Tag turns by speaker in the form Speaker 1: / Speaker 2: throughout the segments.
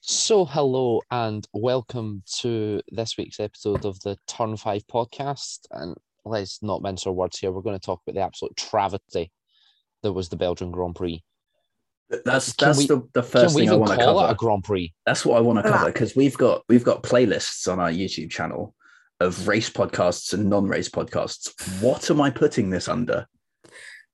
Speaker 1: So, hello and welcome to this week's episode of the Turn 5 podcast. And let's not mince our words here. We're going to talk about the absolute travesty that was the Belgian Grand Prix.
Speaker 2: Th- That's
Speaker 1: Can
Speaker 2: that's
Speaker 1: we-
Speaker 2: the, the
Speaker 1: Can
Speaker 2: first
Speaker 1: we
Speaker 2: thing I
Speaker 1: even
Speaker 2: want to
Speaker 1: call it a
Speaker 2: cover.
Speaker 1: Grand Prix?
Speaker 2: That's what I want to
Speaker 3: Ah.
Speaker 2: cover because we've got we've got playlists on our YouTube channel of race podcasts and non-race podcasts. What am I putting this under?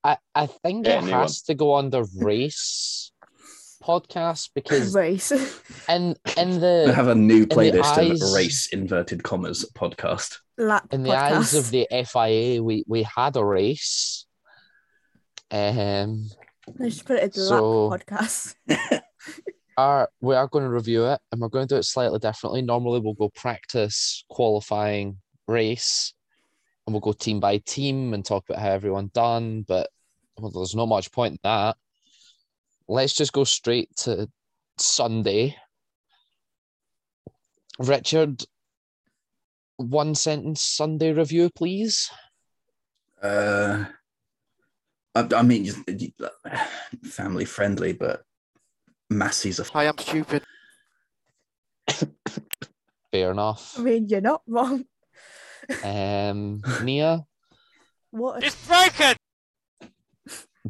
Speaker 1: I, I think
Speaker 4: Yeah,
Speaker 1: it
Speaker 4: new one.
Speaker 1: has to go under race podcast because
Speaker 3: race.
Speaker 1: in in
Speaker 2: I
Speaker 1: the
Speaker 2: have a new
Speaker 1: the
Speaker 2: playlist
Speaker 1: eyes-
Speaker 2: of race inverted commas podcast.
Speaker 3: Lap
Speaker 1: in the
Speaker 3: podcast.
Speaker 1: eyes of the FIA, we we had a race. Um,
Speaker 3: I just put it in the
Speaker 1: So-
Speaker 3: lap podcast.
Speaker 1: are Uh, we are going to review it and we're going to do it slightly differently. Normally we'll go practice, qualifying, race, and we'll go team by team and talk about how everyone done, but well, there's not much point in that. Let's just go straight to Sunday. Richard, one sentence Sunday review, please.
Speaker 2: Uh, I, I mean, uh, family friendly, but Massey's a
Speaker 4: I am stupid.
Speaker 1: Fair enough.
Speaker 3: I mean, you're not wrong.
Speaker 1: Um, Nia,
Speaker 3: What? A...
Speaker 4: broken.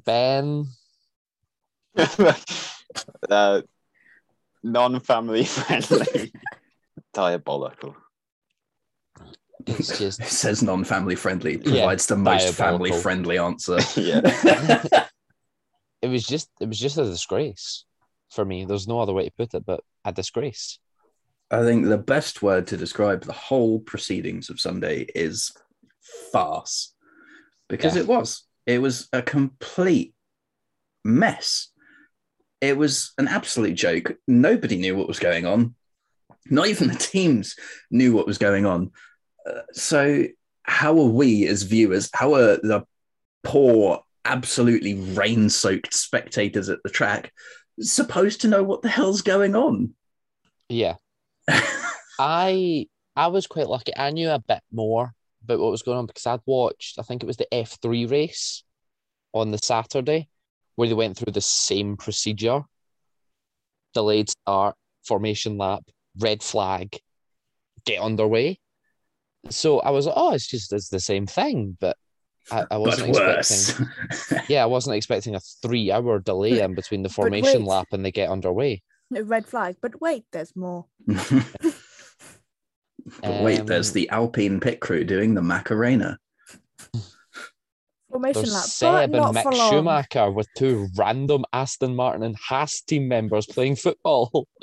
Speaker 1: Ben,
Speaker 4: uh, non-family friendly. Diabolical.
Speaker 1: it's just
Speaker 2: it says non-family friendly
Speaker 1: Yeah,
Speaker 2: provides the most
Speaker 1: diabolical.
Speaker 2: family friendly answer.
Speaker 4: yeah.
Speaker 1: it was just it was just a disgrace for me. There's no other way to put it, but a disgrace.
Speaker 2: I think the best word to describe the whole proceedings of Sunday is farce because
Speaker 1: Yeah.
Speaker 2: it was. It was a complete mess. It was an absolute joke. Nobody knew what was going on. Not even the teams knew what was going on. Uh, so, how are we as viewers, how are the poor, absolutely rain soaked spectators at the track supposed to know what the hell's going on?
Speaker 1: Yeah, I I was quite lucky. I knew a bit more about what was going on because I'd watched. I think it was the F three race on the Saturday where they went through the same procedure: delayed start, formation lap, red flag, get underway. So I was like, oh, it's just it's the same thing, but I, I
Speaker 2: but
Speaker 1: wasn't expecting.
Speaker 2: worse.
Speaker 1: Yeah, I wasn't expecting a three hour delay in between the
Speaker 3: But
Speaker 1: formation
Speaker 3: wait.
Speaker 1: lap and they get underway.
Speaker 3: A red flag. But wait, there's more.
Speaker 2: but wait,
Speaker 1: Um,
Speaker 2: there's the Alpine pit crew doing the Macarena.
Speaker 3: Formation
Speaker 1: There's
Speaker 3: lap. But
Speaker 1: Seb and
Speaker 3: not for
Speaker 1: Mick
Speaker 3: long.
Speaker 1: Schumacher with two random Aston Martin and Haas team members playing football.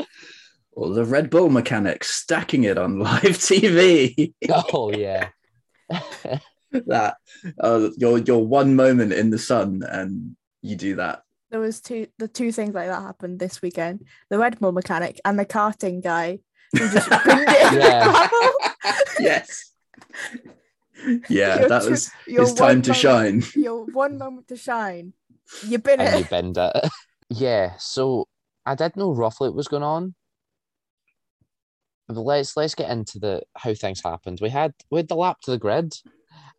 Speaker 2: Or the Red Bull mechanics stacking it on live TV.
Speaker 1: oh, yeah.
Speaker 2: that uh, your your one moment in the sun, and you do that.
Speaker 3: There was two the two things like that happened this weekend. The Red Bull mechanic and the karting guy who just banged it in
Speaker 1: Yeah.
Speaker 3: the gravel.
Speaker 2: yes. Yeah,
Speaker 3: Your
Speaker 2: that
Speaker 3: two-
Speaker 2: was
Speaker 3: your
Speaker 2: his time
Speaker 3: one
Speaker 2: to
Speaker 3: moment-
Speaker 2: shine.
Speaker 3: Your one moment to shine. You bin
Speaker 1: and you
Speaker 3: it.
Speaker 1: bend it. Yeah, so I did know roughly what was going on. But let's let's get into the how things happened. We had we had the lap to the grid,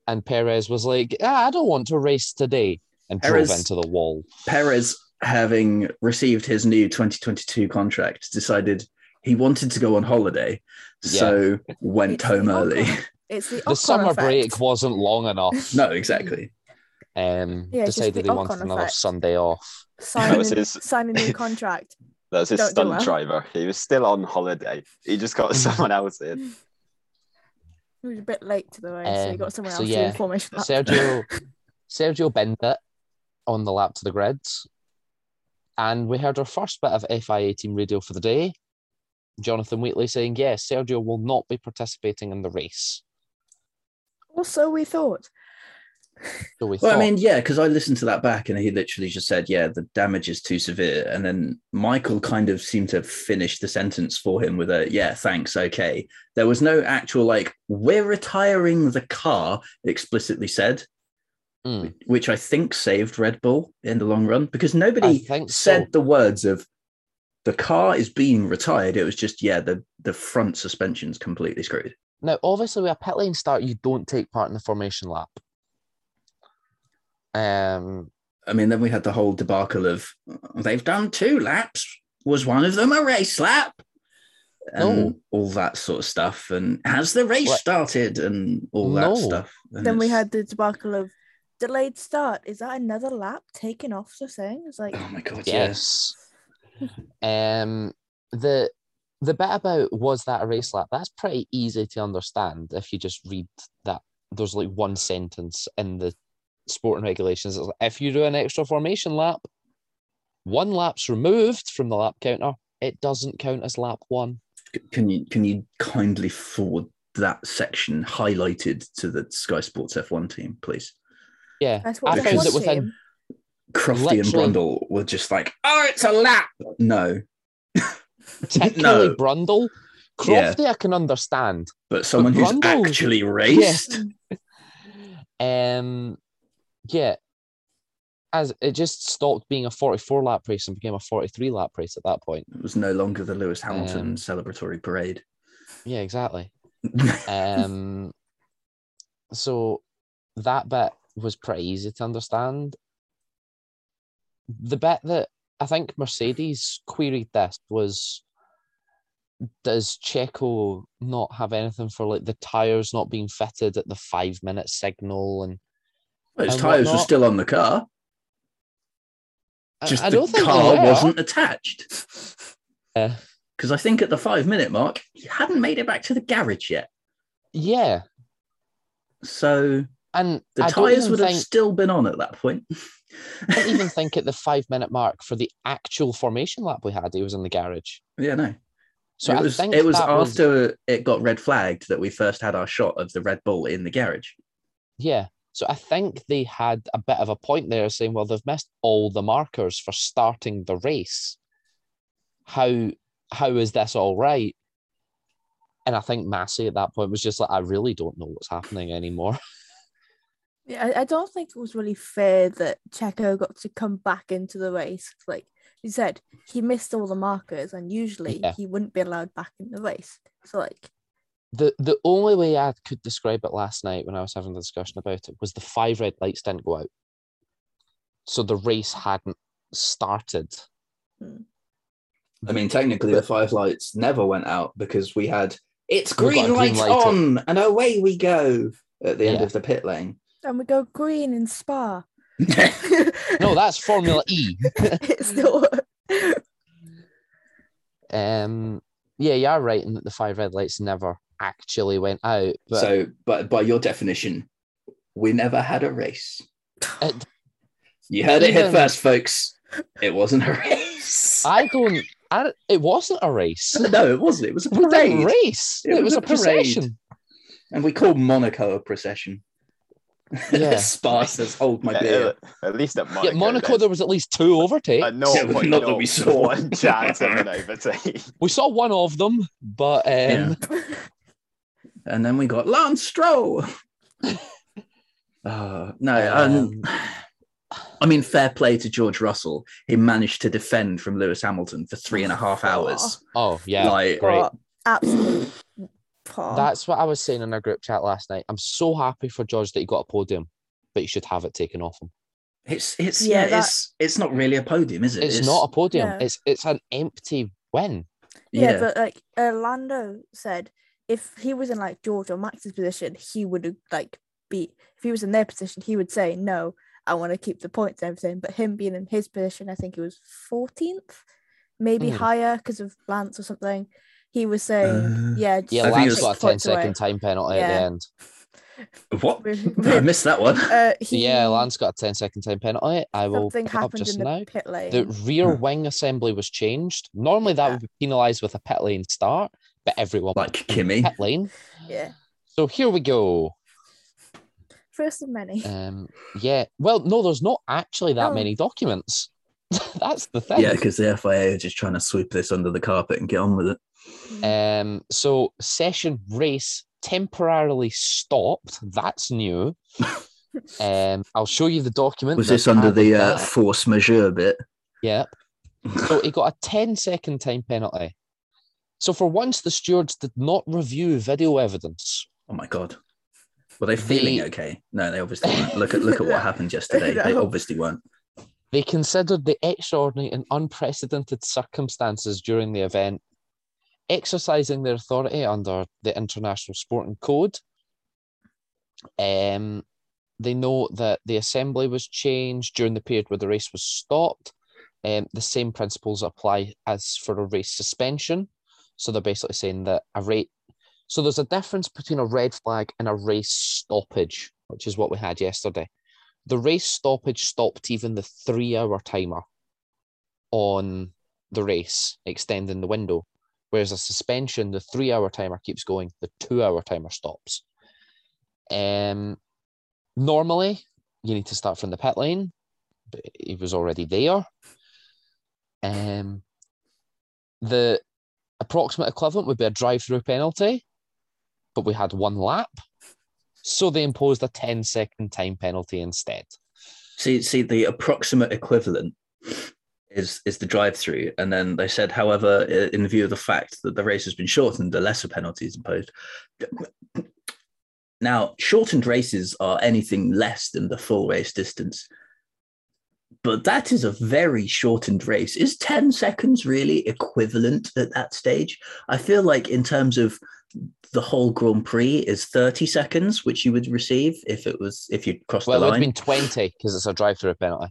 Speaker 1: and Perez was like, ah, "I don't want to race today," and drove
Speaker 2: Perez-
Speaker 1: into the wall.
Speaker 2: Perez, having received his new 2022 contract, decided he wanted to go on holiday, so went
Speaker 3: It's
Speaker 2: home
Speaker 3: the
Speaker 2: early.
Speaker 3: Ocon- It's the,
Speaker 1: The
Speaker 3: Ocon
Speaker 1: summer
Speaker 3: effect.
Speaker 1: break wasn't long enough.
Speaker 2: no, exactly.
Speaker 1: um,
Speaker 3: Yeah, it's just
Speaker 1: decided
Speaker 3: the
Speaker 1: he wanted
Speaker 3: Ocon
Speaker 1: another
Speaker 3: effect.
Speaker 1: Sunday off.
Speaker 3: Sign,
Speaker 4: was
Speaker 3: a-
Speaker 4: his-
Speaker 3: sign a new contract.
Speaker 4: That was his
Speaker 3: Don't do
Speaker 4: stunt
Speaker 3: well.
Speaker 4: driver. He was still on holiday. He just got someone else in.
Speaker 3: He was a bit late to the race, so he
Speaker 1: Um,
Speaker 3: got someone
Speaker 1: so
Speaker 3: else
Speaker 1: yeah,
Speaker 3: to inform us.
Speaker 1: Sergio Sergio Bendit on the lap to the grid, and we heard our first bit of FIA team radio for the day. Jonathan Wheatley saying, "Yes, Sergio will not be participating in the race."
Speaker 3: Also, we thought
Speaker 1: So we
Speaker 2: Well,
Speaker 1: thought,
Speaker 2: I mean, yeah, because I listened to that back and he literally just said, yeah, the damage is too severe. And then Michael kind of seemed to finish the sentence for him with a, yeah, thanks, okay. There was no actual, like, we're retiring the car explicitly said,
Speaker 1: mm,
Speaker 2: which I think saved Red Bull in the long run because
Speaker 1: I
Speaker 2: nobody
Speaker 1: think
Speaker 2: said
Speaker 1: so.
Speaker 2: the words of the car is being retired. It was just, yeah, the, the front suspension's completely screwed.
Speaker 1: Now, obviously, with a pit lane start, you don't take part in the formation lap. Um,
Speaker 2: I mean, then we had the whole debacle of they've done two laps. was one of them a race lap? And
Speaker 1: No.
Speaker 2: all that sort of stuff. And has the race
Speaker 1: What?
Speaker 2: started? And all that
Speaker 1: No.
Speaker 2: stuff. And
Speaker 3: Then we
Speaker 2: it's-
Speaker 3: had the debacle of delayed start. Is that another lap taken off the thing? It's like
Speaker 2: Oh my god! Yes.
Speaker 1: Yes. um the the bit about was that a race lap, that's pretty easy to understand if you just read that there's like one sentence in the sporting regulations. It's like, if you do an extra formation lap, one lap's removed from the lap counter, it doesn't count as lap one.
Speaker 2: Can you can you kindly forward that section highlighted to the Sky Sports F1 team, please?
Speaker 1: Yeah.
Speaker 3: that's what
Speaker 2: I
Speaker 3: the
Speaker 2: found
Speaker 3: whole
Speaker 2: that
Speaker 1: within-
Speaker 3: team-
Speaker 2: Crofty and
Speaker 1: Literally.
Speaker 2: Brundle were just like, "Oh, it's a lap." No,
Speaker 1: Particularly
Speaker 2: No.
Speaker 1: Brundle.
Speaker 2: Yeah.
Speaker 1: Crofty I can understand.
Speaker 2: but someone who's
Speaker 1: Brundle-
Speaker 2: actually raced.
Speaker 1: Um, yeah, as it just stopped being a 44 lap race and became a 43 lap race at that point.
Speaker 2: It was no longer the Lewis Hamilton
Speaker 1: Um,
Speaker 2: celebratory parade.
Speaker 1: Yeah, exactly. Um, so that bit was pretty easy to understand. The bit that I think Mercedes queried this was does Checo not have anything for like the tires not being fitted at the five minute signal and
Speaker 2: Well, His
Speaker 1: and
Speaker 2: tires were
Speaker 1: whatnot.
Speaker 2: still on the car.
Speaker 1: I-
Speaker 2: Just
Speaker 1: I,
Speaker 2: the
Speaker 1: don't think they
Speaker 2: car
Speaker 1: were.
Speaker 2: wasn't attached.
Speaker 1: Yeah.
Speaker 2: Because I think at the five minute mark, he hadn't made it back to the garage yet.
Speaker 1: Yeah,
Speaker 2: So
Speaker 1: And
Speaker 2: the
Speaker 1: I don't
Speaker 2: tires
Speaker 1: even
Speaker 2: would have
Speaker 1: think,
Speaker 2: still been on at that point.
Speaker 1: I don't even think at the five minute mark for the actual formation lap we had, he was in the garage.
Speaker 2: yeah, no.
Speaker 1: So
Speaker 2: it
Speaker 1: I
Speaker 2: was,
Speaker 1: think
Speaker 2: it was
Speaker 1: that was,
Speaker 2: after it got red flagged that we first had our shot of the Red Bull in the garage.
Speaker 1: yeah. So I think they had a bit of a point there, saying, well, they've missed all the markers for starting the race. How how is this all right? And I think Massey at that point was just like, I really don't know what's happening anymore.
Speaker 3: Yeah, I, I don't think it was really fair that Checo got to come back into the race. Like you said, he missed all the markers, and usually
Speaker 1: Yeah.
Speaker 3: he wouldn't be allowed back in the race. So like,
Speaker 1: the the only way I could describe it last night when I was having the discussion about it was the five red lights didn't go out, so the race hadn't started.
Speaker 2: I mean, technically, the five lights never went out because we had it's
Speaker 1: We've got
Speaker 2: green
Speaker 1: a green
Speaker 2: light
Speaker 1: light
Speaker 2: on and away we go at the end
Speaker 1: Yeah.
Speaker 2: of the pit lane.
Speaker 3: and we go green in Spa.
Speaker 1: No, that's Formula E.
Speaker 3: it's still
Speaker 1: Um, yeah, you are right in that the five red lights never actually went out, but
Speaker 2: so, but by your definition, we never had a race.
Speaker 1: It-
Speaker 2: you heard it here
Speaker 1: Even-
Speaker 2: first, folks. It wasn't a race.
Speaker 1: I don't. I, it wasn't a race.
Speaker 2: no, it wasn't. It was a
Speaker 1: We didn't
Speaker 2: parade,
Speaker 1: race.
Speaker 2: It
Speaker 1: It,
Speaker 2: was
Speaker 1: was,
Speaker 2: a
Speaker 1: a
Speaker 2: parade.
Speaker 1: procession.
Speaker 2: and we called Monaco a procession.
Speaker 1: Yeah.
Speaker 2: Spa says, "Hold my
Speaker 4: At-
Speaker 2: beer."
Speaker 4: At least at
Speaker 2: Oh
Speaker 4: Monaco.
Speaker 1: Yeah, Monaco.
Speaker 4: there's-
Speaker 1: There was at least two overtakes.
Speaker 4: at no
Speaker 2: Yeah, but
Speaker 4: point,
Speaker 2: not that
Speaker 4: no
Speaker 2: we saw.
Speaker 4: One chance of an overtake.
Speaker 1: we saw one of them, but um,
Speaker 2: Yeah. and then we got Lance Stroll. Uh, no, um, I mean, fair play to George Russell. He managed to defend from Lewis Hamilton for three and a half hours.
Speaker 1: oh yeah,
Speaker 2: Like,
Speaker 1: great.
Speaker 3: absolute. par.
Speaker 1: That's what I was saying in our group chat last night. I'm so happy for George that he got a podium, but he should have it taken off him.
Speaker 2: it's it's
Speaker 3: Yeah,
Speaker 2: yeah,
Speaker 3: that-
Speaker 2: it's it's not really a podium, is it?
Speaker 1: It's, not a podium.
Speaker 3: yeah.
Speaker 1: It's it's an empty win.
Speaker 3: yeah, but like Orlando said, if he was in like George or Max's position, he would like be. If he was in their position, he would say no. I want to keep the points and everything. But him being in his position, I think he was 14th, maybe
Speaker 2: Hmm.
Speaker 1: Mm.
Speaker 3: higher because of Lance or something. He was saying,
Speaker 2: Uh,
Speaker 3: "Yeah,
Speaker 1: Yeah,
Speaker 2: I think
Speaker 1: Lance
Speaker 2: it's-
Speaker 1: got a 10 second time penalty at
Speaker 3: Yeah.
Speaker 1: the end.
Speaker 2: what? Oh, I
Speaker 3: time."
Speaker 2: missed that one.
Speaker 3: uh, he,
Speaker 1: yeah, Lance got a 10 second time penalty. I will
Speaker 3: something
Speaker 1: pick it up
Speaker 3: happened
Speaker 1: just
Speaker 3: in the
Speaker 1: now.
Speaker 3: pit lane.
Speaker 1: The rear
Speaker 2: Huh.
Speaker 1: wing assembly was changed. Normally that
Speaker 3: Yeah.
Speaker 1: would be penalised with a pit lane start, but everyone
Speaker 2: like
Speaker 1: went
Speaker 2: Kimmy.
Speaker 1: pit lane.
Speaker 3: yeah,
Speaker 1: So here we go.
Speaker 3: first of many.
Speaker 1: Um, yeah. Well, no, there's not actually that
Speaker 3: No.
Speaker 1: many documents. That's the thing.
Speaker 2: Yeah, because the FIA are just trying to sweep this under the carpet and get on with it. Mm.
Speaker 1: Um, so session race temporarily stopped. That's new. um, I'll show you the document.
Speaker 2: Was
Speaker 1: that
Speaker 2: this under the
Speaker 1: added
Speaker 2: uh,
Speaker 1: that.
Speaker 2: force majeure bit?
Speaker 1: Yep. So he got a 10 second time penalty. So for once, the stewards did not review video evidence.
Speaker 2: Oh my god. Were they feeling
Speaker 1: The-
Speaker 2: okay? No, they obviously weren't. Look at look at what happened yesterday. They
Speaker 3: No.
Speaker 2: obviously weren't.
Speaker 1: They considered the extraordinary and unprecedented circumstances during the event, exercising their authority under the International Sporting Code. Um, they note that the assembly was changed during the period where the race was stopped. Um, the same principles apply as for a race suspension. So they're basically saying that a rate. So there's a difference between a red flag and a race stoppage, which is what we had yesterday. The race stoppage stopped even the three hour timer on the race, extending the window. Whereas a suspension, the three hour timer keeps going, the two hour timer stops. Um, normally, you need to start from the pit lane, but he was already there. Um, the approximate equivalent would be a drive through penalty, but we had one lap. So they imposed a 10 second time penalty instead.
Speaker 2: See, see, the approximate equivalent is is the drive through, and then they said, however, i- in view of the fact that the race has been shortened, a lesser penalty is imposed. Now, shortened races are anything less than the full race distance, but that is a very shortened race. Is ten seconds really equivalent at that stage? I feel like in terms of the whole Grand Prix is thirty seconds, which you would receive if it was if you crossed
Speaker 1: Well, it
Speaker 2: the
Speaker 1: would have
Speaker 2: line.
Speaker 1: been 20 because it's a drive through penalty.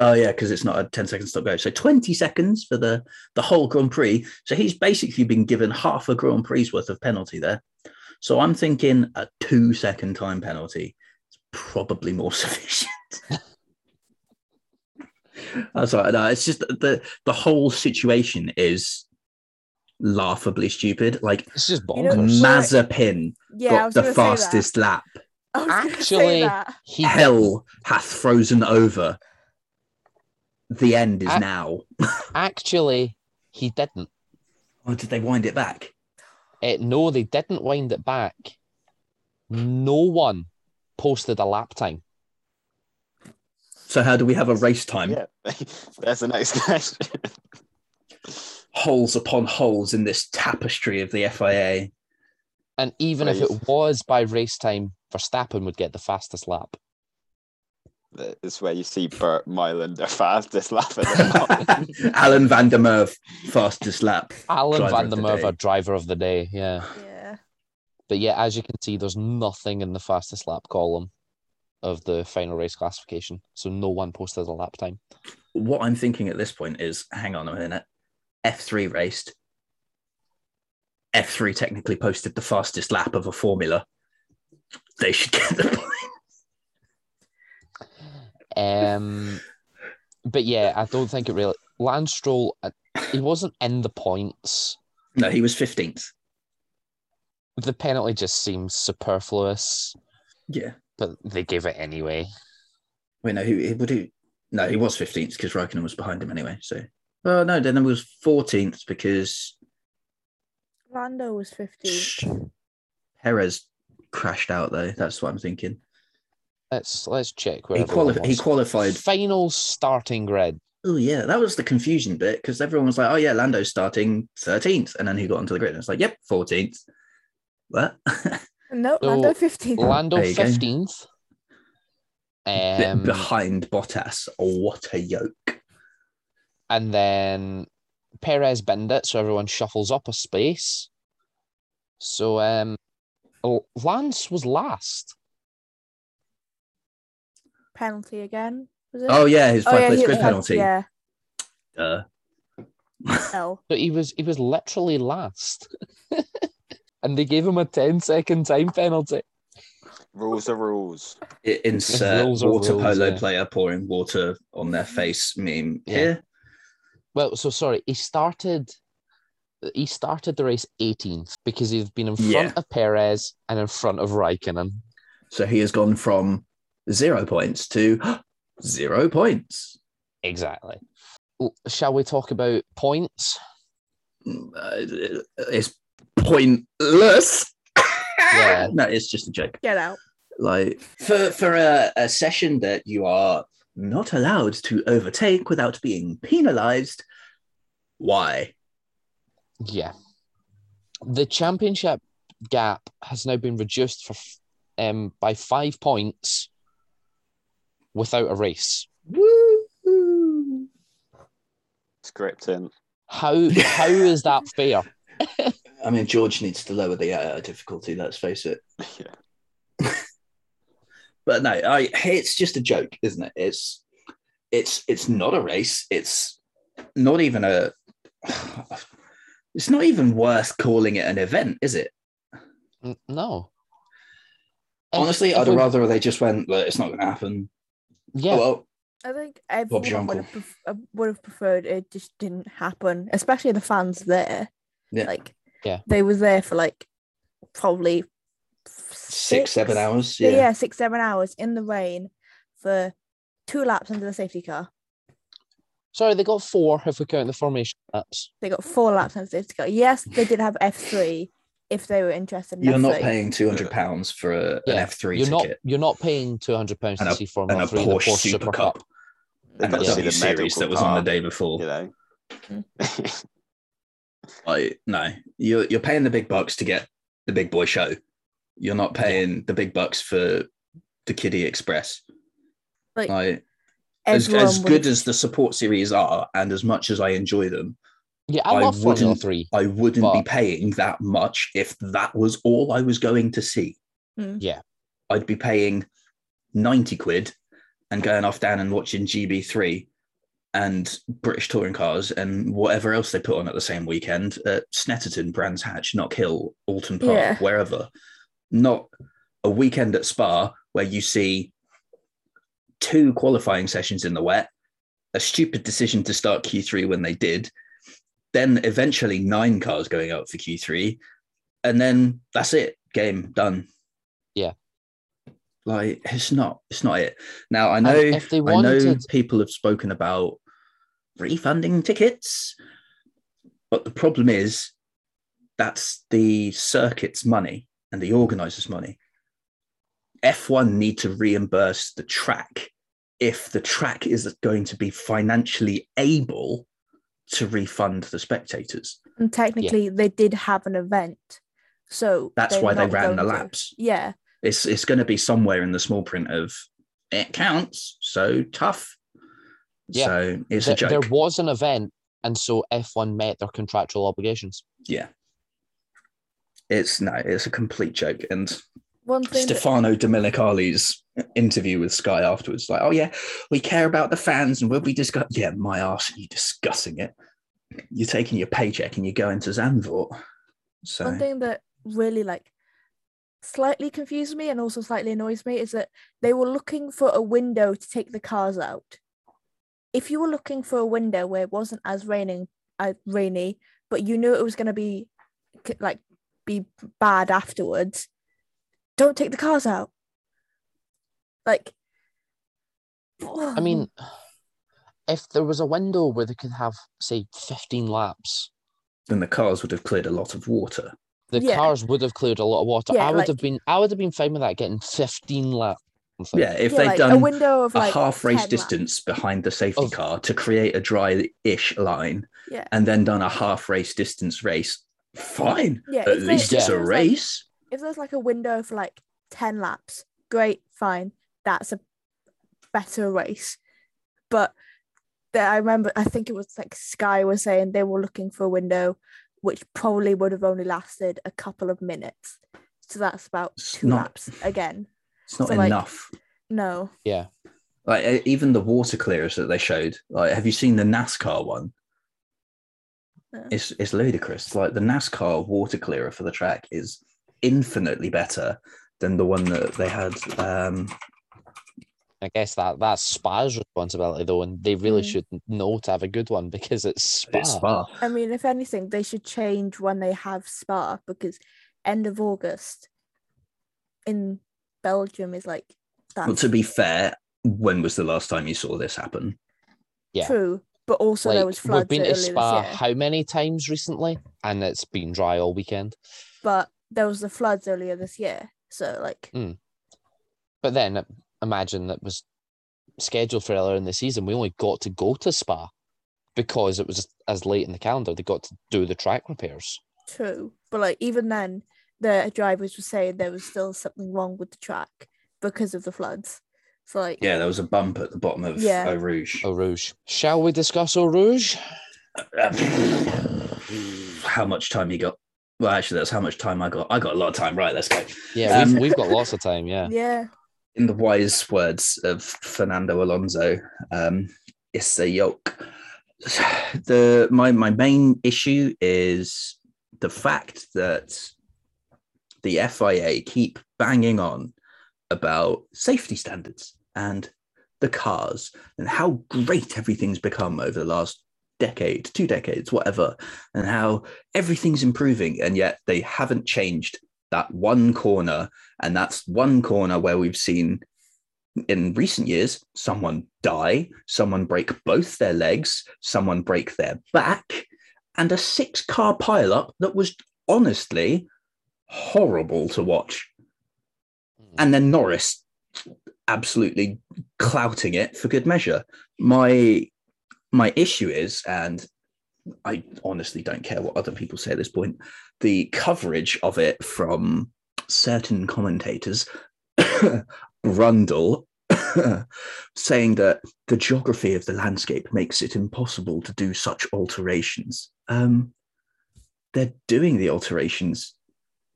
Speaker 2: Oh yeah, because it's not a 10 second stop go. So 20 seconds for the the whole Grand Prix. So he's basically been given half a Grand Prix's worth of penalty there. So I'm thinking a two second time penalty is probably more sufficient. That's all right. No, it's just that the the whole situation is laughably stupid. Like
Speaker 1: It's just
Speaker 3: You know-
Speaker 1: bonkers.
Speaker 2: Mazepin
Speaker 3: Yeah, I
Speaker 2: got
Speaker 3: was
Speaker 2: the
Speaker 3: gonna
Speaker 2: fastest lap.
Speaker 3: Say that. I was gonna say
Speaker 1: Actually,
Speaker 3: that.
Speaker 1: he
Speaker 2: Hell hath frozen over. The end is
Speaker 1: I-
Speaker 2: now.
Speaker 1: actually he didn't.
Speaker 2: Or did they wind it back?
Speaker 1: Uh, no, they didn't wind it back. No one posted a lap time.
Speaker 2: So how do we have a race time?
Speaker 4: Yeah, that's the next question.
Speaker 2: Holes upon holes in this tapestry of the FIA.
Speaker 1: And even if
Speaker 4: Right.
Speaker 1: it was by race time, Verstappen would get the fastest lap.
Speaker 4: It's where you see Bert Mylander fastest laughing.
Speaker 2: Alan van der Merv, fastest lap.
Speaker 1: Alan
Speaker 2: Driver
Speaker 1: van
Speaker 2: of
Speaker 1: der
Speaker 2: the
Speaker 1: Merwe,
Speaker 2: day.
Speaker 1: driver of the day. Yeah.
Speaker 3: Yeah.
Speaker 1: But yeah, as you can see, there's nothing in the fastest lap column of the final race classification. So no one posted a lap time.
Speaker 2: What I'm thinking at this point is, hang on a minute. F3 raced. F3 technically posted the fastest lap of a formula. They should get the point.
Speaker 1: Um, but yeah, I don't think it really. Lance Stroll, uh, he wasn't in the points.
Speaker 2: No, he was 15th.
Speaker 1: The penalty just seems superfluous,
Speaker 2: Yeah.
Speaker 1: but they gave it anyway.
Speaker 2: Wait, no, he, he would he? No, he was 15th because Raikkonen was behind him anyway. So, well, no, then he was 14th because
Speaker 3: Lando was 15.
Speaker 2: Shh. Perez crashed out though. That's what I'm thinking.
Speaker 1: Let's let's check where
Speaker 2: he
Speaker 1: everyone
Speaker 2: quali- he
Speaker 1: was.
Speaker 2: qualified.
Speaker 1: Final starting grid.
Speaker 2: Oh yeah, that was the confusion bit because everyone was like, "Oh yeah, Lando's starting 13th," and then he got onto the grid and it's like, "Yep, 14th." What?
Speaker 3: No,
Speaker 1: So,
Speaker 3: Lando 15.
Speaker 1: Lando
Speaker 2: There you go.
Speaker 1: fifteenth.
Speaker 2: Bit
Speaker 1: Um,
Speaker 2: behind Bottas. What a yoke!
Speaker 1: and then Perez binned it, so everyone shuffles up a space. So um, oh, Lance was last.
Speaker 3: Penalty again, was it?
Speaker 2: Oh yeah, his
Speaker 3: Oh,
Speaker 2: five place
Speaker 3: he-
Speaker 2: grid
Speaker 3: yeah,
Speaker 2: penalty.
Speaker 3: Yeah.
Speaker 2: Uh,
Speaker 3: No.
Speaker 1: But he was he was literally last. and they gave him a 10 second time penalty.
Speaker 4: rules are rules.
Speaker 2: i- insert
Speaker 1: Rules are
Speaker 2: water
Speaker 1: rules,
Speaker 2: polo
Speaker 1: yeah.
Speaker 2: player pouring water on their face meme
Speaker 1: Yeah.
Speaker 2: here.
Speaker 1: Well, so sorry, he started he started the race 18th because he'd been in front
Speaker 2: Yeah.
Speaker 1: of Perez and in front of Raikkonen.
Speaker 2: So he has gone from zero points to zero points.
Speaker 1: Exactly. L- Shall we talk about points?
Speaker 2: Mm, uh, It's pointless.
Speaker 1: Yeah.
Speaker 2: no, it's just a joke.
Speaker 3: Get out.
Speaker 2: Like for for a, a session that you are not allowed to overtake without being penalized. Why?
Speaker 1: Yeah. The championship gap has now been reduced for f- um by five points without a race.
Speaker 2: Woo!
Speaker 4: scripting.
Speaker 1: How how is that fair?
Speaker 2: I mean, George needs to lower the uh, difficulty. Let's face it.
Speaker 4: Yeah.
Speaker 2: But no, I it's just a joke, isn't it? It's it's it's not a race. It's not even a. It's not even worth calling it an event, is it?
Speaker 1: N- No. If-
Speaker 2: Honestly,
Speaker 1: if
Speaker 2: I'd
Speaker 1: we-
Speaker 2: rather they just went. Well, it's not going to happen. Oh,
Speaker 1: Yeah,
Speaker 2: Well,
Speaker 3: I think
Speaker 2: your
Speaker 3: everyone
Speaker 2: uncle.
Speaker 3: would have, pref- uh, would have preferred it just didn't happen, especially the fans there.
Speaker 2: Yeah.
Speaker 3: Like,
Speaker 1: Yeah.
Speaker 3: they was there for like probably
Speaker 2: six, seven hours.
Speaker 3: Yeah.
Speaker 2: Yeah.
Speaker 3: six seven hours in the rain for two laps under the safety car.
Speaker 1: sorry, they got four if we count the formation laps.
Speaker 3: They got four laps under the safety car. Yes, they did have F three if they were interested. In
Speaker 2: You're not
Speaker 3: F3.
Speaker 2: paying two hundred pounds for a, an
Speaker 1: Yeah,
Speaker 2: F three
Speaker 1: You're
Speaker 2: ticket
Speaker 1: not you're not paying two hundred pounds
Speaker 2: And
Speaker 1: to
Speaker 2: a-
Speaker 1: see
Speaker 2: and
Speaker 1: Formula
Speaker 2: a
Speaker 1: Three,
Speaker 2: Porsche,
Speaker 1: the Porsche
Speaker 2: Super,
Speaker 1: Super
Speaker 2: Cup,
Speaker 1: Cup.
Speaker 2: and
Speaker 1: Yeah.
Speaker 2: a
Speaker 1: See
Speaker 2: W
Speaker 4: the
Speaker 2: Series that
Speaker 4: medical
Speaker 2: was on the
Speaker 4: part,
Speaker 2: day before.
Speaker 4: You know.
Speaker 2: Mm. Like, no, you're you're paying the big bucks to get the big boy show. You're not paying the big bucks for the kiddie express.
Speaker 3: Like,
Speaker 2: Like, as, as
Speaker 3: Everyone would have-
Speaker 2: good as the support series are, and as much as I enjoy them,
Speaker 1: Yeah, I,
Speaker 2: I
Speaker 1: love Formula
Speaker 2: wouldn't-
Speaker 1: Three.
Speaker 2: I wouldn't
Speaker 1: But-
Speaker 2: be paying that much if that was all I was going to see.
Speaker 3: Mm.
Speaker 1: Yeah.
Speaker 2: I'd be paying 90 quid and going off down and watching GB3 and British touring cars and whatever else they put on at the same weekend at Snetterton, Brands Hatch, Knock Hill, Alton Park,
Speaker 3: Yeah.
Speaker 2: wherever. Not a weekend at Spa where you see two qualifying sessions in the wet, a stupid decision to start Q3 when they did, then eventually nine cars going out for Q3, and then that's it. Game done.
Speaker 1: Yeah.
Speaker 2: Like it's not, it's not it. Now I
Speaker 1: And
Speaker 2: know
Speaker 1: if they
Speaker 2: I know
Speaker 1: wanted-
Speaker 2: people have spoken about refunding tickets, but the problem is that's the circuit's money and the organizers' money. F1 need to reimburse the track if the track is going to be financially able to refund the spectators.
Speaker 3: And technically, they did have an event, so
Speaker 2: That's
Speaker 3: they're
Speaker 2: why they
Speaker 3: not
Speaker 2: ran the
Speaker 3: going to-
Speaker 2: laps.
Speaker 3: Yeah,
Speaker 2: It's it's going to be somewhere in the small print of it counts, so tough.
Speaker 1: Yeah.
Speaker 2: So it's a
Speaker 1: There,
Speaker 2: joke.
Speaker 1: there was an event, and so F one met their contractual obligations.
Speaker 2: yeah. It's no, it's a complete joke. And
Speaker 3: one thing. that-
Speaker 2: Stefano Dominicali's interview with Sky afterwards, like, oh yeah, we care about the fans and we'll be discuss yeah, my arse, you discussing it. You're taking your paycheck and you're going to Zandvoort. So
Speaker 3: One thing that really like slightly confused me and also slightly annoys me is that they were looking for a window to take the cars out. If you were looking for a window where it wasn't as raining, as rainy, but you knew it was going to be c- like be bad afterwards, don't take the cars out. Like,
Speaker 1: I mean,
Speaker 3: Mm-hmm.
Speaker 1: if there was a window where they could have, say, fifteen laps,
Speaker 2: then the cars would have cleared a lot of water.
Speaker 1: the
Speaker 3: Yeah.
Speaker 1: cars would have cleared a lot of water.
Speaker 3: Yeah,
Speaker 1: I would
Speaker 3: like-
Speaker 1: have been I would have been fine with that getting fifteen laps.
Speaker 2: Yeah, if
Speaker 3: yeah,
Speaker 2: they'd
Speaker 3: like, "Oh, a
Speaker 2: done
Speaker 3: window of
Speaker 2: a
Speaker 3: like
Speaker 2: half race
Speaker 3: 10 laps.
Speaker 2: distance behind the safety
Speaker 1: Of-
Speaker 2: car to create a dry-ish line
Speaker 3: Yeah.
Speaker 2: and then done a half race distance race, fine.
Speaker 3: Yeah,
Speaker 2: At
Speaker 3: if they-
Speaker 2: least
Speaker 3: if
Speaker 2: it's
Speaker 3: there
Speaker 2: a
Speaker 3: was, like,
Speaker 2: race.
Speaker 3: if there's like a window for like 10 laps, great, fine. That's a better race. But there, I remember, I think it was like Sky was saying they were looking for a window which probably would have only lasted a couple of minutes. So that's about
Speaker 2: It's
Speaker 3: two
Speaker 2: not-
Speaker 3: laps again.
Speaker 2: It's not
Speaker 3: so, like-
Speaker 2: enough.
Speaker 3: No.
Speaker 2: like e- even the water clearers that they showed like have you seen the nascar one
Speaker 3: No.
Speaker 2: it's it's ludicrous like the nascar water clearer for the track is infinitely better than the one that they had um
Speaker 1: I guess that that's Spa's responsibility though, and they really
Speaker 3: Mm.
Speaker 1: should know to have a good one because it's Spa.
Speaker 2: at spa
Speaker 3: I mean, if anything, they should change when they have Spa because end of August in Belgium is like that's
Speaker 2: well, to be fair when was the last time you saw this happen
Speaker 1: yeah.
Speaker 3: true. But also there
Speaker 1: Like,
Speaker 3: was floods
Speaker 1: we've been
Speaker 3: earlier
Speaker 1: to
Speaker 3: this
Speaker 1: Spa
Speaker 3: year.
Speaker 1: how many times recently, and it's been dry all weekend.
Speaker 3: but there was the floods earlier this year. So like
Speaker 1: But then uh, imagine that was scheduled for earlier in the season. We only got to go to Spa because it was as late in the calendar. They got to do the track repairs.
Speaker 3: true, but like even then, the drivers were saying there was still something wrong with the track because of the floods. So like
Speaker 2: yeah there was a bump at the bottom of
Speaker 3: Yeah.
Speaker 1: Oh.
Speaker 2: eau rouge
Speaker 1: Eau Rouge. Shall we discuss Eau Rouge?
Speaker 2: how much time you got? Well, actually, that's how much time I got. I got a lot of time. Right, let's go.
Speaker 1: Yeah,
Speaker 2: Um,
Speaker 1: we've, we've got lots of time. Yeah.
Speaker 3: Yeah.
Speaker 2: In the wise words of Fernando Alonso, um, it's a yoke. The my my main issue is the fact that the FIA keep banging on about safety standards and the cars and how great everything's become over the last decade, two decades, whatever, and how everything's improving, and yet they haven't changed that one corner and that's one corner where we've seen in recent years someone die, someone break both their legs, someone break their back, and a six car pileup that was honestly horrible to watch. And then Norris absolutely clouting it for good measure. My my issue is, and I honestly don't care what other people say at this point, the coverage of it from certain commentators, Brundle, saying that the geography of the landscape makes it impossible to do such alterations. Um, they're doing the alterations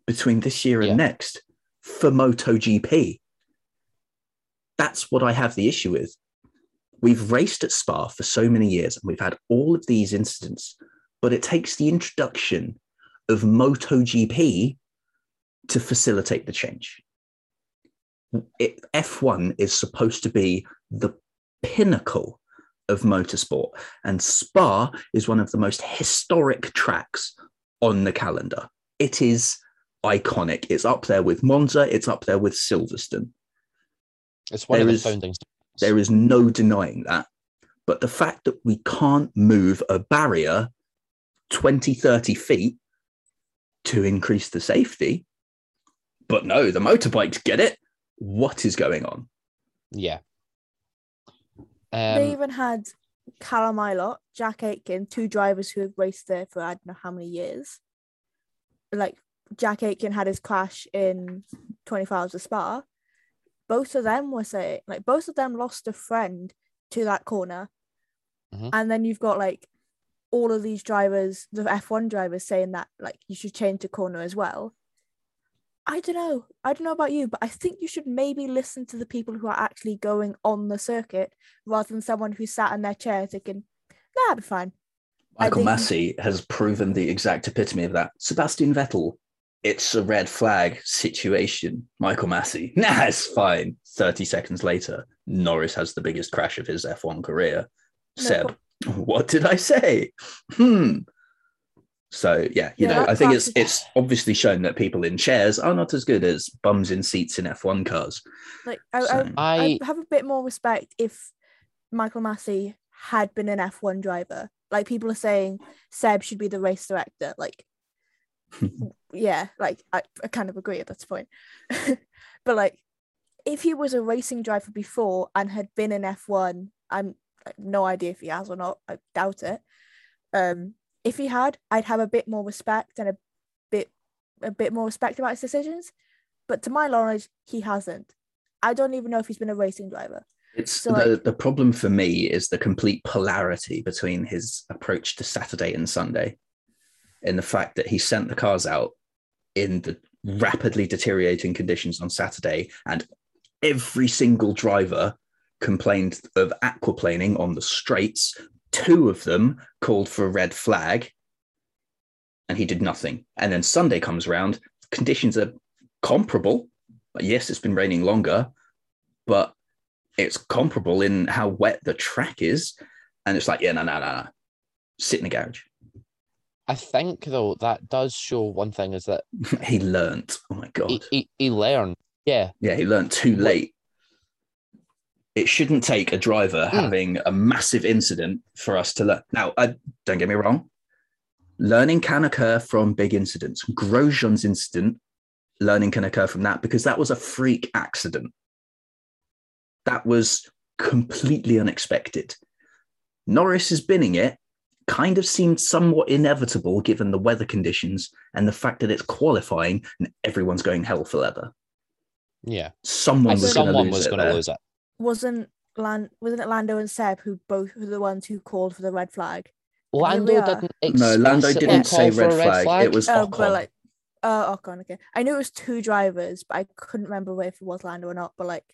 Speaker 2: between this year and
Speaker 1: Yeah.
Speaker 2: next for MotoGP. That's what I have the issue with. We've raced at Spa for so many years and we've had all of these incidents, but it takes the introduction of MotoGP to facilitate the change. It, F1 is supposed to be the pinnacle of motorsport, and Spa is one of the most historic tracks on the calendar. It is iconic. It's up there with Monza, it's up there with Silverstone.
Speaker 1: It's one of
Speaker 2: there
Speaker 1: the
Speaker 2: is-
Speaker 1: founding. standards.
Speaker 2: There is no denying that. But the fact that we can't move a barrier 20, 30 feet to increase the safety, but no, the motorbikes get it. What is going on?
Speaker 1: Yeah.
Speaker 3: they
Speaker 1: Um,
Speaker 3: even had Callum Ilott, Jack Aitken, two drivers who have raced there for I don't know how many years. Like Jack Aitken had his crash in 24 hours of Spa. Both of them were saying like both of them lost a friend to that corner.
Speaker 1: Mhm.
Speaker 3: And then you've got like all of these drivers, the F1 drivers saying that like you should change the corner as well. I don't know. I don't know about you, but I think you should maybe listen to the people who are actually going on the circuit rather than someone who sat in their chair thinking, nah, I'll be fine. I
Speaker 2: Michael
Speaker 3: think-
Speaker 2: Massey has proven the exact epitome of that. Sebastian Vettel, it's a red flag situation. Michael Massey, nah, it's fine. 30 seconds later, Norris has the biggest crash of his F1 career.
Speaker 3: No,
Speaker 2: Seb, what did I say? Hmm. So yeah, you
Speaker 3: Yeah,
Speaker 2: know,
Speaker 3: that
Speaker 2: I think
Speaker 3: crash
Speaker 2: it's
Speaker 3: is-
Speaker 2: it's obviously shown that people in chairs are not as good as bums in seats in F1 cars.
Speaker 3: Like I,
Speaker 2: So-
Speaker 3: I,
Speaker 1: I
Speaker 3: I have a bit more respect if Michael Massey had been an F1 driver. Like people are saying Seb should be the race director. Like yeah, like I, I kind of agree at that point. but like, if he was a racing driver before and had been in F1, I'm I've no idea if he has or not. I doubt it. Um, if he had, I'd have a bit more respect and a bit a bit more respect about his decisions. But to my knowledge, he hasn't. I don't even know if he's been a racing driver.
Speaker 2: It's
Speaker 3: So,
Speaker 2: the,
Speaker 3: like-
Speaker 2: the problem for me is the complete polarity between his approach to Saturday and Sunday, in the fact that he sent the cars out in the rapidly deteriorating conditions on Saturday, and every single driver complained of aquaplaning on the straights. Two of them called for a red flag, and he did nothing. And then Sunday comes around, conditions are comparable. Yes, it's been raining longer, but it's comparable in how wet the track is. And it's like, yeah, no, no, no, no. Sit in the garage.
Speaker 1: I think though that does show one thing is that
Speaker 2: he learnt. Oh my God.
Speaker 1: he, he, he learned. Yeah,
Speaker 2: yeah, he learnt too late. It shouldn't take a driver
Speaker 1: Hmm.
Speaker 2: having a massive incident for us to learn. Now, I, don't get me wrong. Learning can occur from big incidents. Grosjean's incident, learning can occur from that because that was a freak accident. That was completely unexpected. Norris's binning it kind of seemed somewhat inevitable given the weather conditions and the fact that it's qualifying and everyone's going hell for leather
Speaker 1: yeah.
Speaker 2: someone was going to
Speaker 1: Someone
Speaker 2: lose
Speaker 1: was
Speaker 2: it.
Speaker 1: going to
Speaker 2: there.
Speaker 1: lose it.
Speaker 3: Wasn't Lan wasn't it Lando and Seb who both were the ones who called for the red flag?
Speaker 1: Lando
Speaker 3: are.
Speaker 1: didn't.
Speaker 2: No, Lando
Speaker 1: explicitly
Speaker 2: didn't
Speaker 1: call
Speaker 2: say
Speaker 1: for
Speaker 2: red
Speaker 1: a
Speaker 2: flag. It was
Speaker 3: Oh,
Speaker 2: Ocon.
Speaker 3: but like, oh, Ocon. Okay, I knew it was two drivers, but I couldn't remember if it was Lando or not. But like,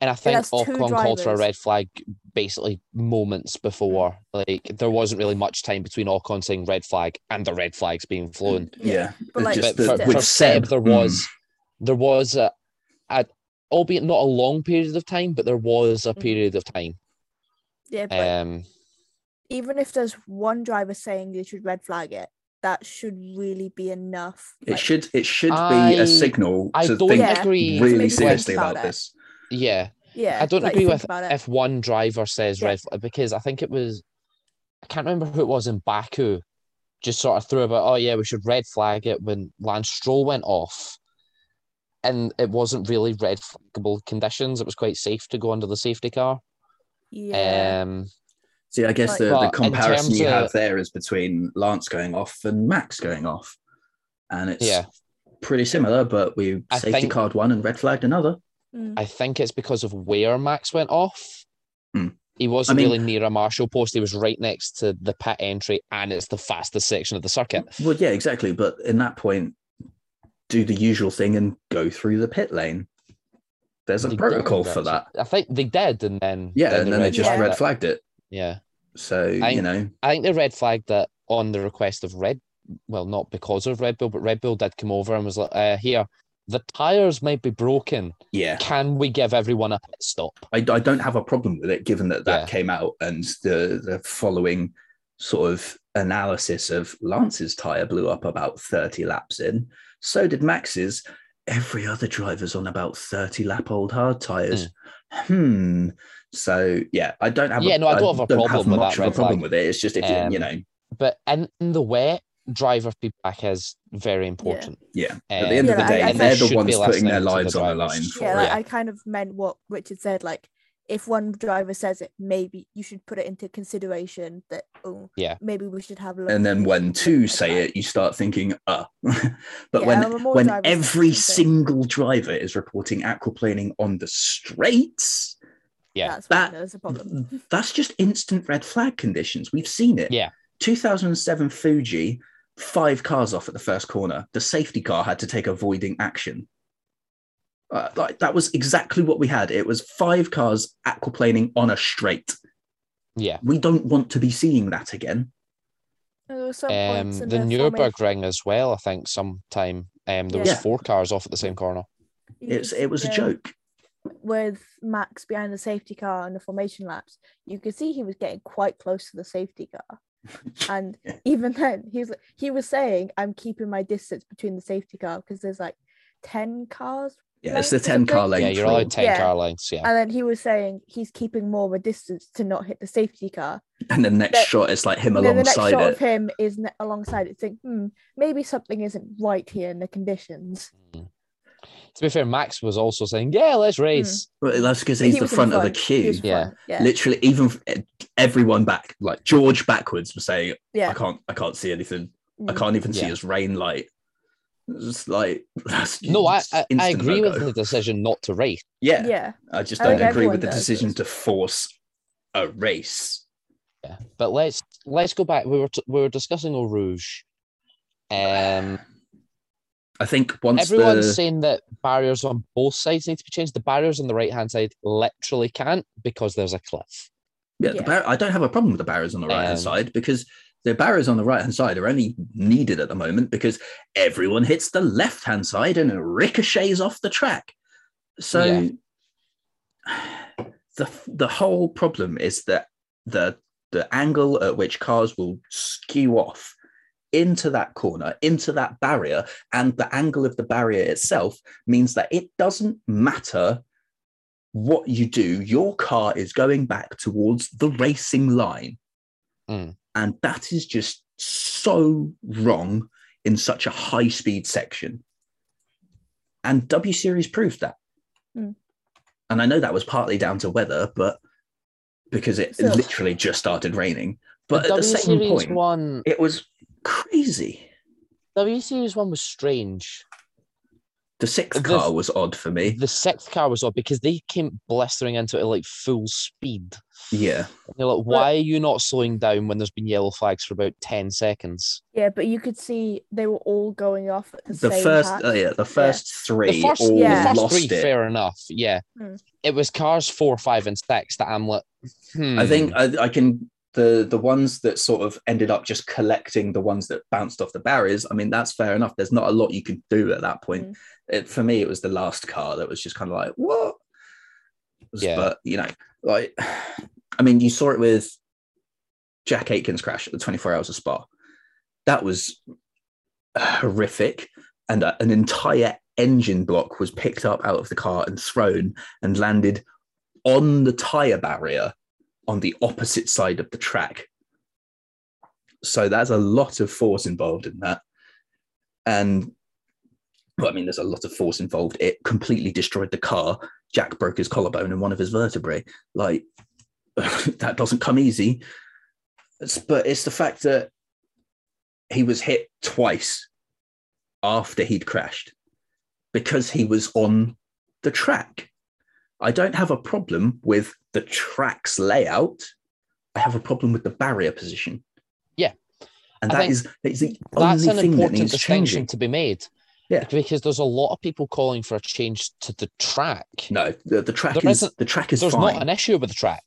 Speaker 1: And I think
Speaker 3: that's two
Speaker 1: Ocon called for a
Speaker 3: drivers.
Speaker 1: red flag basically moments before. Like there wasn't really much time between Ocon saying red flag and the red flags being flown.
Speaker 2: yeah,
Speaker 3: But, like,
Speaker 1: But
Speaker 2: just the,
Speaker 1: for,
Speaker 3: Seb-
Speaker 2: with
Speaker 1: for Seb, there
Speaker 2: mm,
Speaker 1: was there was a, a albeit not a long period of time, but there was a period of time.
Speaker 3: yeah, Mm. but
Speaker 1: Um,
Speaker 3: even if there's one driver saying they should red flag it, that should really be enough.
Speaker 2: it
Speaker 3: like,
Speaker 2: should it should be
Speaker 1: I-
Speaker 2: a signal
Speaker 1: I
Speaker 2: to
Speaker 1: don't
Speaker 2: think
Speaker 3: Yeah.
Speaker 1: agree.
Speaker 3: Maybe
Speaker 2: really
Speaker 3: think
Speaker 2: seriously
Speaker 3: about
Speaker 2: about
Speaker 3: it.
Speaker 2: this.
Speaker 1: Yeah,
Speaker 3: Yeah,
Speaker 1: I don't
Speaker 3: like,
Speaker 1: agree
Speaker 3: think
Speaker 1: with
Speaker 3: about it.
Speaker 1: if one driver says
Speaker 3: Yeah.
Speaker 1: red flag because I think it was I can't remember who it was in Baku just sort of threw about oh yeah we should red flag it when Lance Stroll went off and it wasn't really red flaggable conditions it was quite safe to go under the safety car
Speaker 3: yeah,
Speaker 1: um
Speaker 2: See, I guess
Speaker 3: Like-
Speaker 2: the,
Speaker 1: But
Speaker 2: the
Speaker 1: in
Speaker 2: comparison
Speaker 1: terms
Speaker 2: you
Speaker 1: of-
Speaker 2: have there is between Lance going off and Max going off, and it's
Speaker 1: Yeah.
Speaker 2: pretty similar. But we
Speaker 1: I
Speaker 2: safety
Speaker 1: think-
Speaker 2: card one and red flagged another.
Speaker 3: Mm.
Speaker 1: I think it's because of where Max went off
Speaker 2: Hmm.
Speaker 1: he wasn't
Speaker 2: mean-
Speaker 1: really near a marshal post he was right next to the pit entry and it's the fastest section of the circuit
Speaker 2: Well, yeah, exactly. But in that point, do the usual thing and go through the pit lane. There's a
Speaker 1: They did
Speaker 2: protocol
Speaker 1: that,
Speaker 2: for that.
Speaker 1: I think they did and then
Speaker 2: Yeah, and
Speaker 1: they
Speaker 2: then they just
Speaker 1: flagged
Speaker 2: red
Speaker 1: it.
Speaker 2: flagged it.
Speaker 1: yeah
Speaker 2: So
Speaker 1: I-
Speaker 2: you know,
Speaker 1: I think they red flagged that on the request of Red, well, not because of Red Bull, but Red Bull did come over and was like, uh, "Here, the tires might be broken.
Speaker 2: yeah,
Speaker 1: Can we give everyone a pit stop?"
Speaker 2: I, I don't have a problem with it, given that that
Speaker 1: Yeah.
Speaker 2: came out and the the following sort of analysis of Lance's tire blew up about thirty laps in. So did Max's. Every other driver's on about thirty lap old hard tires. Hmm. So yeah, I don't have.
Speaker 1: Yeah, no, I don't have a problem with
Speaker 2: much
Speaker 1: that
Speaker 2: of
Speaker 1: red
Speaker 2: a problem
Speaker 1: flag.
Speaker 2: with it. It's just if you-
Speaker 1: Um,
Speaker 2: you know,
Speaker 1: But in, in the wet, driver feedback is very important.
Speaker 2: yeah.
Speaker 1: Um,
Speaker 2: At the end of
Speaker 3: Yeah,
Speaker 2: the day,
Speaker 3: I- I
Speaker 2: they're
Speaker 1: should
Speaker 2: the
Speaker 1: be
Speaker 2: ones putting their
Speaker 1: listening to
Speaker 2: lives
Speaker 1: the
Speaker 2: on the line.
Speaker 1: drivers.
Speaker 2: For
Speaker 3: yeah.
Speaker 2: it.
Speaker 3: Like,
Speaker 1: yeah.
Speaker 3: I kind of meant what Richard said. Like, if one driver says it, maybe you should put it into consideration that oh,
Speaker 1: Yeah.
Speaker 3: maybe we should have a look
Speaker 2: and then
Speaker 3: into
Speaker 2: when
Speaker 3: this,
Speaker 2: two
Speaker 3: like
Speaker 2: say
Speaker 3: that.
Speaker 2: it, you start thinking, uh. but
Speaker 3: Yeah, there were
Speaker 2: when
Speaker 3: more
Speaker 2: when
Speaker 3: drivers that
Speaker 2: every
Speaker 3: did it.
Speaker 2: single driver is reporting aquaplaning on the straights,
Speaker 1: Yeah.
Speaker 3: that's when
Speaker 2: that-
Speaker 3: there's a problem.
Speaker 2: that's just instant red flag conditions. We've seen it.
Speaker 1: Yeah.
Speaker 2: 2007 Fuji, five cars off at the first corner. The safety car had to take avoiding action. Uh, like that was exactly what we had. It was five cars aquaplaning on a straight.
Speaker 1: Yeah.
Speaker 2: We don't want to be seeing that again.
Speaker 3: And there were some
Speaker 1: Um,
Speaker 3: points in
Speaker 1: the
Speaker 3: formation-
Speaker 1: Nurburgring as well. I think sometime um, there was
Speaker 2: Yeah.
Speaker 1: four cars off at the same corner.
Speaker 3: you could
Speaker 2: It's it was a
Speaker 3: see, um,
Speaker 2: joke.
Speaker 3: with Max behind the safety car and the formation laps, you could see he was getting quite close to the safety car. And
Speaker 2: Yeah.
Speaker 3: even then, he was he was saying, "I'm keeping my distance between the safety car because there's like ten cars."
Speaker 2: Yeah, it's the
Speaker 3: length or
Speaker 2: ten car
Speaker 3: something.
Speaker 2: lane.
Speaker 1: yeah, you're
Speaker 2: rule.
Speaker 1: allowed ten
Speaker 3: Yeah.
Speaker 1: car lengths. Yeah.
Speaker 3: And then he was saying he's keeping more of a distance to not hit the safety car.
Speaker 2: And the next
Speaker 3: But-
Speaker 2: shot is like him
Speaker 3: And then the next
Speaker 2: alongside
Speaker 3: shot of
Speaker 2: it.
Speaker 3: him is ne- alongside it. Think, hmm, maybe something isn't right here in the conditions.
Speaker 1: Mm. To be fair, Max was also saying, "Yeah, let's
Speaker 3: Hmm.
Speaker 1: race."
Speaker 2: Well, that's because
Speaker 3: But
Speaker 2: he's
Speaker 3: he
Speaker 2: the
Speaker 3: was in
Speaker 2: front of the
Speaker 3: He
Speaker 2: queue.
Speaker 3: was
Speaker 1: Yeah.
Speaker 3: front, yeah,
Speaker 2: Literally, even f- eh, everyone back, like George backwards, was saying, "I
Speaker 3: yeah.
Speaker 2: can't, I can't see anything. I
Speaker 3: Mm.
Speaker 2: can't even see
Speaker 1: Yeah.
Speaker 2: his rain light." It's just like that's
Speaker 1: No, I,
Speaker 2: just
Speaker 1: I, I
Speaker 2: instant
Speaker 1: agree with
Speaker 2: no-go.
Speaker 1: the decision not to race.
Speaker 2: Yeah,
Speaker 3: Yeah,
Speaker 2: I just
Speaker 3: I think
Speaker 2: don't agree
Speaker 3: everyone
Speaker 2: with the
Speaker 3: does.
Speaker 2: decision to force a race.
Speaker 1: Yeah, but let's let's go back. We were t- we were discussing Eau Rouge. Um,
Speaker 2: I think once
Speaker 1: everyone's
Speaker 2: the
Speaker 1: saying that barriers on both sides need to be changed. The barriers on the right hand side literally can't because there's a cliff.
Speaker 2: yeah, The
Speaker 3: Yeah.
Speaker 2: bar- I don't have a problem with the barriers on the right hand
Speaker 1: Um,
Speaker 2: side because the barriers on the right hand side are only needed at the moment because everyone hits the left hand side and it ricochets off the track. So
Speaker 1: Yeah.
Speaker 2: the the whole problem is that the the angle at which cars will skew off into that corner, into that barrier, and the angle of the barrier itself means that it doesn't matter what you do, your car is going back towards the racing line.
Speaker 1: Mm.
Speaker 2: And that is just so wrong in such a high speed section. And W Series proved that.
Speaker 3: Mm.
Speaker 2: And I know that was partly down to weather, but because it
Speaker 3: Still.
Speaker 2: literally just started raining. But at
Speaker 1: W
Speaker 2: the same
Speaker 1: Series
Speaker 2: point,
Speaker 1: one,
Speaker 2: it was crazy.
Speaker 1: W Series one was strange
Speaker 2: The sixth
Speaker 1: The-
Speaker 2: car was odd for me.
Speaker 1: The sixth car was odd because they came blistering into it at like full speed.
Speaker 2: Yeah.
Speaker 1: And You're like, why are you not slowing down when there's been yellow flags for about 10 seconds?
Speaker 3: Yeah, but you could see they were all going off at the,
Speaker 2: The
Speaker 3: same
Speaker 2: first,
Speaker 3: time.
Speaker 2: oh yeah, the first three
Speaker 1: the first,
Speaker 2: all
Speaker 3: yeah.
Speaker 1: the first
Speaker 2: lost
Speaker 1: three,
Speaker 2: it.
Speaker 1: fair enough. Yeah.
Speaker 3: Hmm.
Speaker 1: It was cars four, five, and six that I'm like, hmm.
Speaker 2: I think I, I can the the ones that sort of ended up just collecting the ones that bounced off the barriers. I mean, that's fair enough. There's not a lot you could do at that point.
Speaker 3: Mm.
Speaker 2: It, for me, it was the last car that was just kind of like what. Was-
Speaker 1: Yeah.
Speaker 2: But you know, like, I mean, you saw it with Jack Aitken's crash at the 24 Hours of Spa. That was horrific, and uh, an entire engine block was picked up out of the car and thrown and landed on the tire barrier on the opposite side of the track. So there's a lot of force involved in that. And well, I mean, there's a lot of force involved. It completely destroyed the car. Jack broke his collarbone and one of his vertebrae. Like, that doesn't come easy. It's- but it's the fact that he was hit twice after he'd crashed because he was on the track. I don't have a problem with the track's layout. I have a problem with the barrier position.
Speaker 1: Yeah.
Speaker 2: And
Speaker 1: I
Speaker 2: that
Speaker 1: think
Speaker 2: is that is the
Speaker 1: that's an
Speaker 2: only thing that
Speaker 1: important
Speaker 2: needs
Speaker 1: distinction
Speaker 2: changing.
Speaker 1: to be made.
Speaker 2: Yeah.
Speaker 1: Because there's a lot of people calling for a change to the track.
Speaker 2: No, the, the track
Speaker 1: There
Speaker 2: is
Speaker 1: isn't-
Speaker 2: the track is
Speaker 1: there's
Speaker 2: fine.
Speaker 1: not an issue with the track.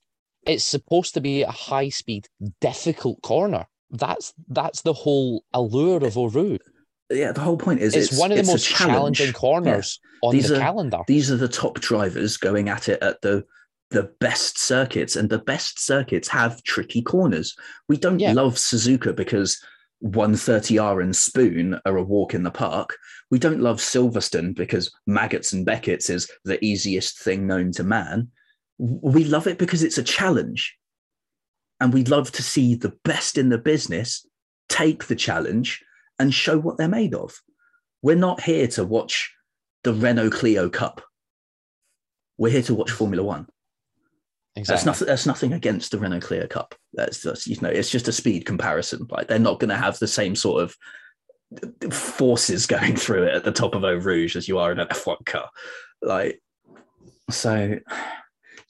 Speaker 1: It's supposed to be a high speed, difficult corner. That's that's the whole allure of Oru.
Speaker 2: yeah, the whole point is
Speaker 1: It's,
Speaker 2: it's,
Speaker 1: one of the
Speaker 2: it's a
Speaker 1: most
Speaker 2: challenge.
Speaker 1: challenging corners on
Speaker 2: These
Speaker 1: the
Speaker 2: are-
Speaker 1: calendar.
Speaker 2: These are the top drivers going at it at the the best circuits, and the best circuits have tricky corners. We don't
Speaker 1: Yeah.
Speaker 2: love Suzuka because 130R and Spoon are a walk in the park. We don't love Silverstone because Maggots and Beckett's is the easiest thing known to man. We love it because it's a challenge. And we love to see the best in the business take the challenge and show what they're made of. We're not here to watch the Renault Clio Cup. We're here to watch Formula One. That's
Speaker 1: exactly.
Speaker 2: nothing. That's nothing against the Renault Clio Cup. That's just you know, it's just a speed comparison. Like they're not going to have the same sort of forces going through it at the top of Eau Rouge as you are in an F1 car. Like so,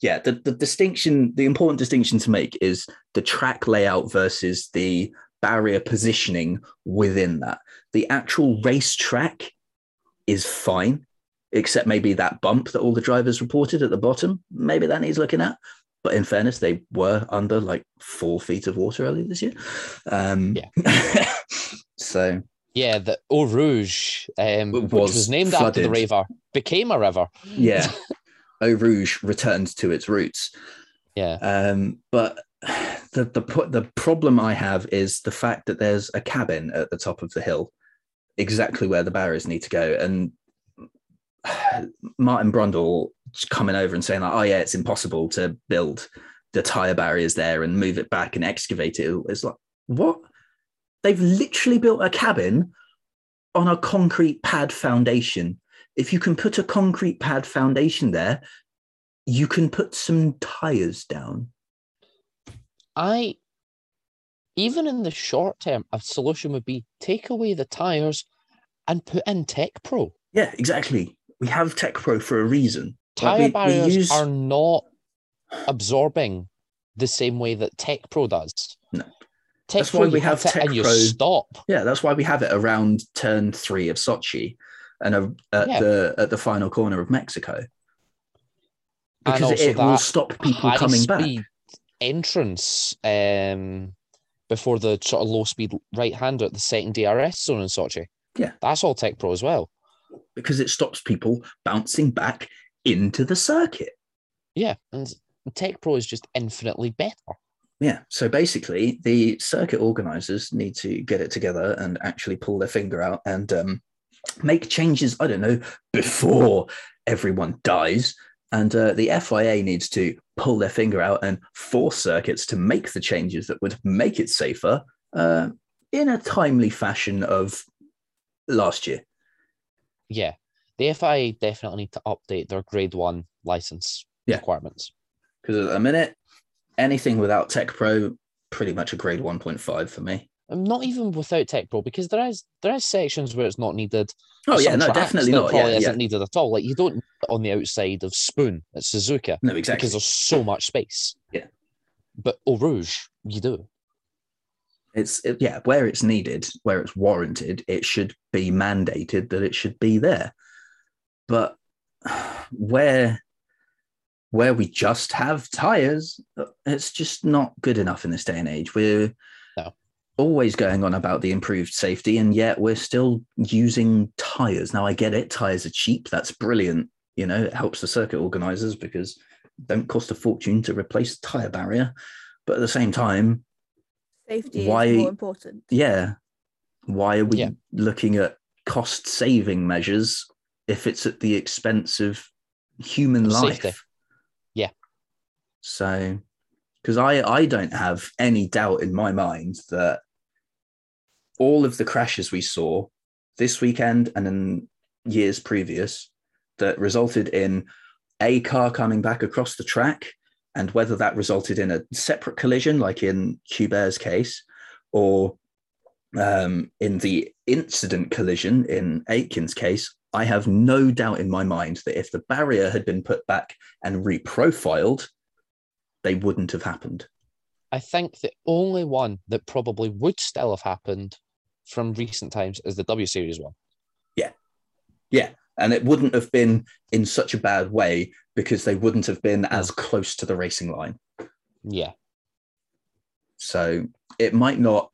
Speaker 2: yeah. The, the distinction, the important distinction to make is the track layout versus the barrier positioning within that. The actual race track is fine. Except maybe that bump that all the drivers reported at the bottom, maybe that needs looking at but in fairness, they were under like four feet of water earlier this year. Um, so
Speaker 1: Yeah, the Eau Rouge, um,
Speaker 2: It
Speaker 1: which
Speaker 2: was
Speaker 1: was named after the
Speaker 2: flooded.
Speaker 1: river, became a river.
Speaker 2: yeah, Eau Rouge returned to its roots.
Speaker 1: Yeah.
Speaker 2: Um, but the the pro- the problem I have is the fact that there's a cabin at the top of the hill, exactly where the barriers need to go, and Martin Brundle coming over and saying like, "Oh yeah, it's impossible to build the tire barriers there and move it back and excavate it." It's like what? They've literally built a cabin on a concrete pad foundation. If you can put a concrete pad foundation there, you can put some tires down.
Speaker 1: I, even in the short term, a solution would be take away the tires and put in Tech Pro.
Speaker 2: Yeah, exactly. We have Tech Pro for a reason. Like,
Speaker 1: Tire
Speaker 2: we- we
Speaker 1: barriers
Speaker 2: use-
Speaker 1: are not absorbing the same way that Tech Pro does.
Speaker 2: No.
Speaker 1: Tech
Speaker 2: That's
Speaker 1: Pro,
Speaker 2: why we
Speaker 1: you
Speaker 2: have
Speaker 1: hit it
Speaker 2: Tech
Speaker 1: and you
Speaker 2: Pro-
Speaker 1: stop.
Speaker 2: Yeah, that's why we have it around turn three of Sochi and a, at
Speaker 1: Yeah.
Speaker 2: the at the final corner of Mexico
Speaker 1: And
Speaker 2: because
Speaker 1: also
Speaker 2: it will
Speaker 1: that
Speaker 2: stop people
Speaker 1: high
Speaker 2: coming
Speaker 1: speed
Speaker 2: back.
Speaker 1: entrance um, before the sort of low speed right hander at the second DRS zone in Sochi.
Speaker 2: Yeah.
Speaker 1: That's all Tech Pro as well.
Speaker 2: Because it stops people bouncing back into the circuit.
Speaker 1: Yeah. And Tech Pro is just infinitely better.
Speaker 2: Yeah. So basically, the circuit organizers need to get it together and actually pull their finger out and um, make changes. I don't know before everyone dies, and uh, the FIA needs to pull their finger out and force circuits to make the changes that would make it safer uh, in a timely fashion of last year.
Speaker 1: Yeah. The FIA definitely need to update their grade one license
Speaker 2: Yeah.
Speaker 1: requirements.
Speaker 2: Because at the minute, anything without Tech Pro, pretty much a grade one point five for me.
Speaker 1: um, not even without tech bro, because there is there is sections where it's not needed.
Speaker 2: Oh
Speaker 1: There's
Speaker 2: yeah,
Speaker 1: some
Speaker 2: no,
Speaker 1: tracks
Speaker 2: definitely
Speaker 1: that
Speaker 2: not.
Speaker 1: Probably
Speaker 2: Yeah,
Speaker 1: isn't
Speaker 2: yeah.
Speaker 1: needed at all. Like you don't need it on the outside of Spoon at Suzuka
Speaker 2: No, exactly.
Speaker 1: because there's so much space.
Speaker 2: Yeah.
Speaker 1: But Eau Rouge, you do.
Speaker 2: It's it- yeah, where it's needed, where it's warranted, it should be mandated that it should be there. But where where we just have tires, it's just not good enough in this day and age. We're
Speaker 1: No.
Speaker 2: always going on about the improved safety, and yet we're still using tires. Now I get it, tires are cheap. That's brilliant. You know, it helps the circuit organizers because it don't cost a fortune to replace the tire barrier. But at the same time,
Speaker 3: Safety
Speaker 2: Why-
Speaker 3: is more important.
Speaker 2: yeah why are we
Speaker 1: Yeah.
Speaker 2: looking at cost saving measures if it's at the expense of human
Speaker 1: Of
Speaker 2: life
Speaker 1: safety. Yeah.
Speaker 2: so because i i don't have any doubt in my mind that all of the crashes we saw this weekend and in years previous that resulted in a car coming back across the track and whether that resulted in a separate collision like in hubert's case or um, in the incident collision in Aitken's case, I have no doubt in my mind that if the barrier had been put back and reprofiled, they wouldn't have happened.
Speaker 1: I think the only one that probably would still have happened from recent times is the W Series one.
Speaker 2: And it wouldn't have been in such a bad way because they wouldn't have been as close to the racing line.
Speaker 1: Yeah.
Speaker 2: So it might not.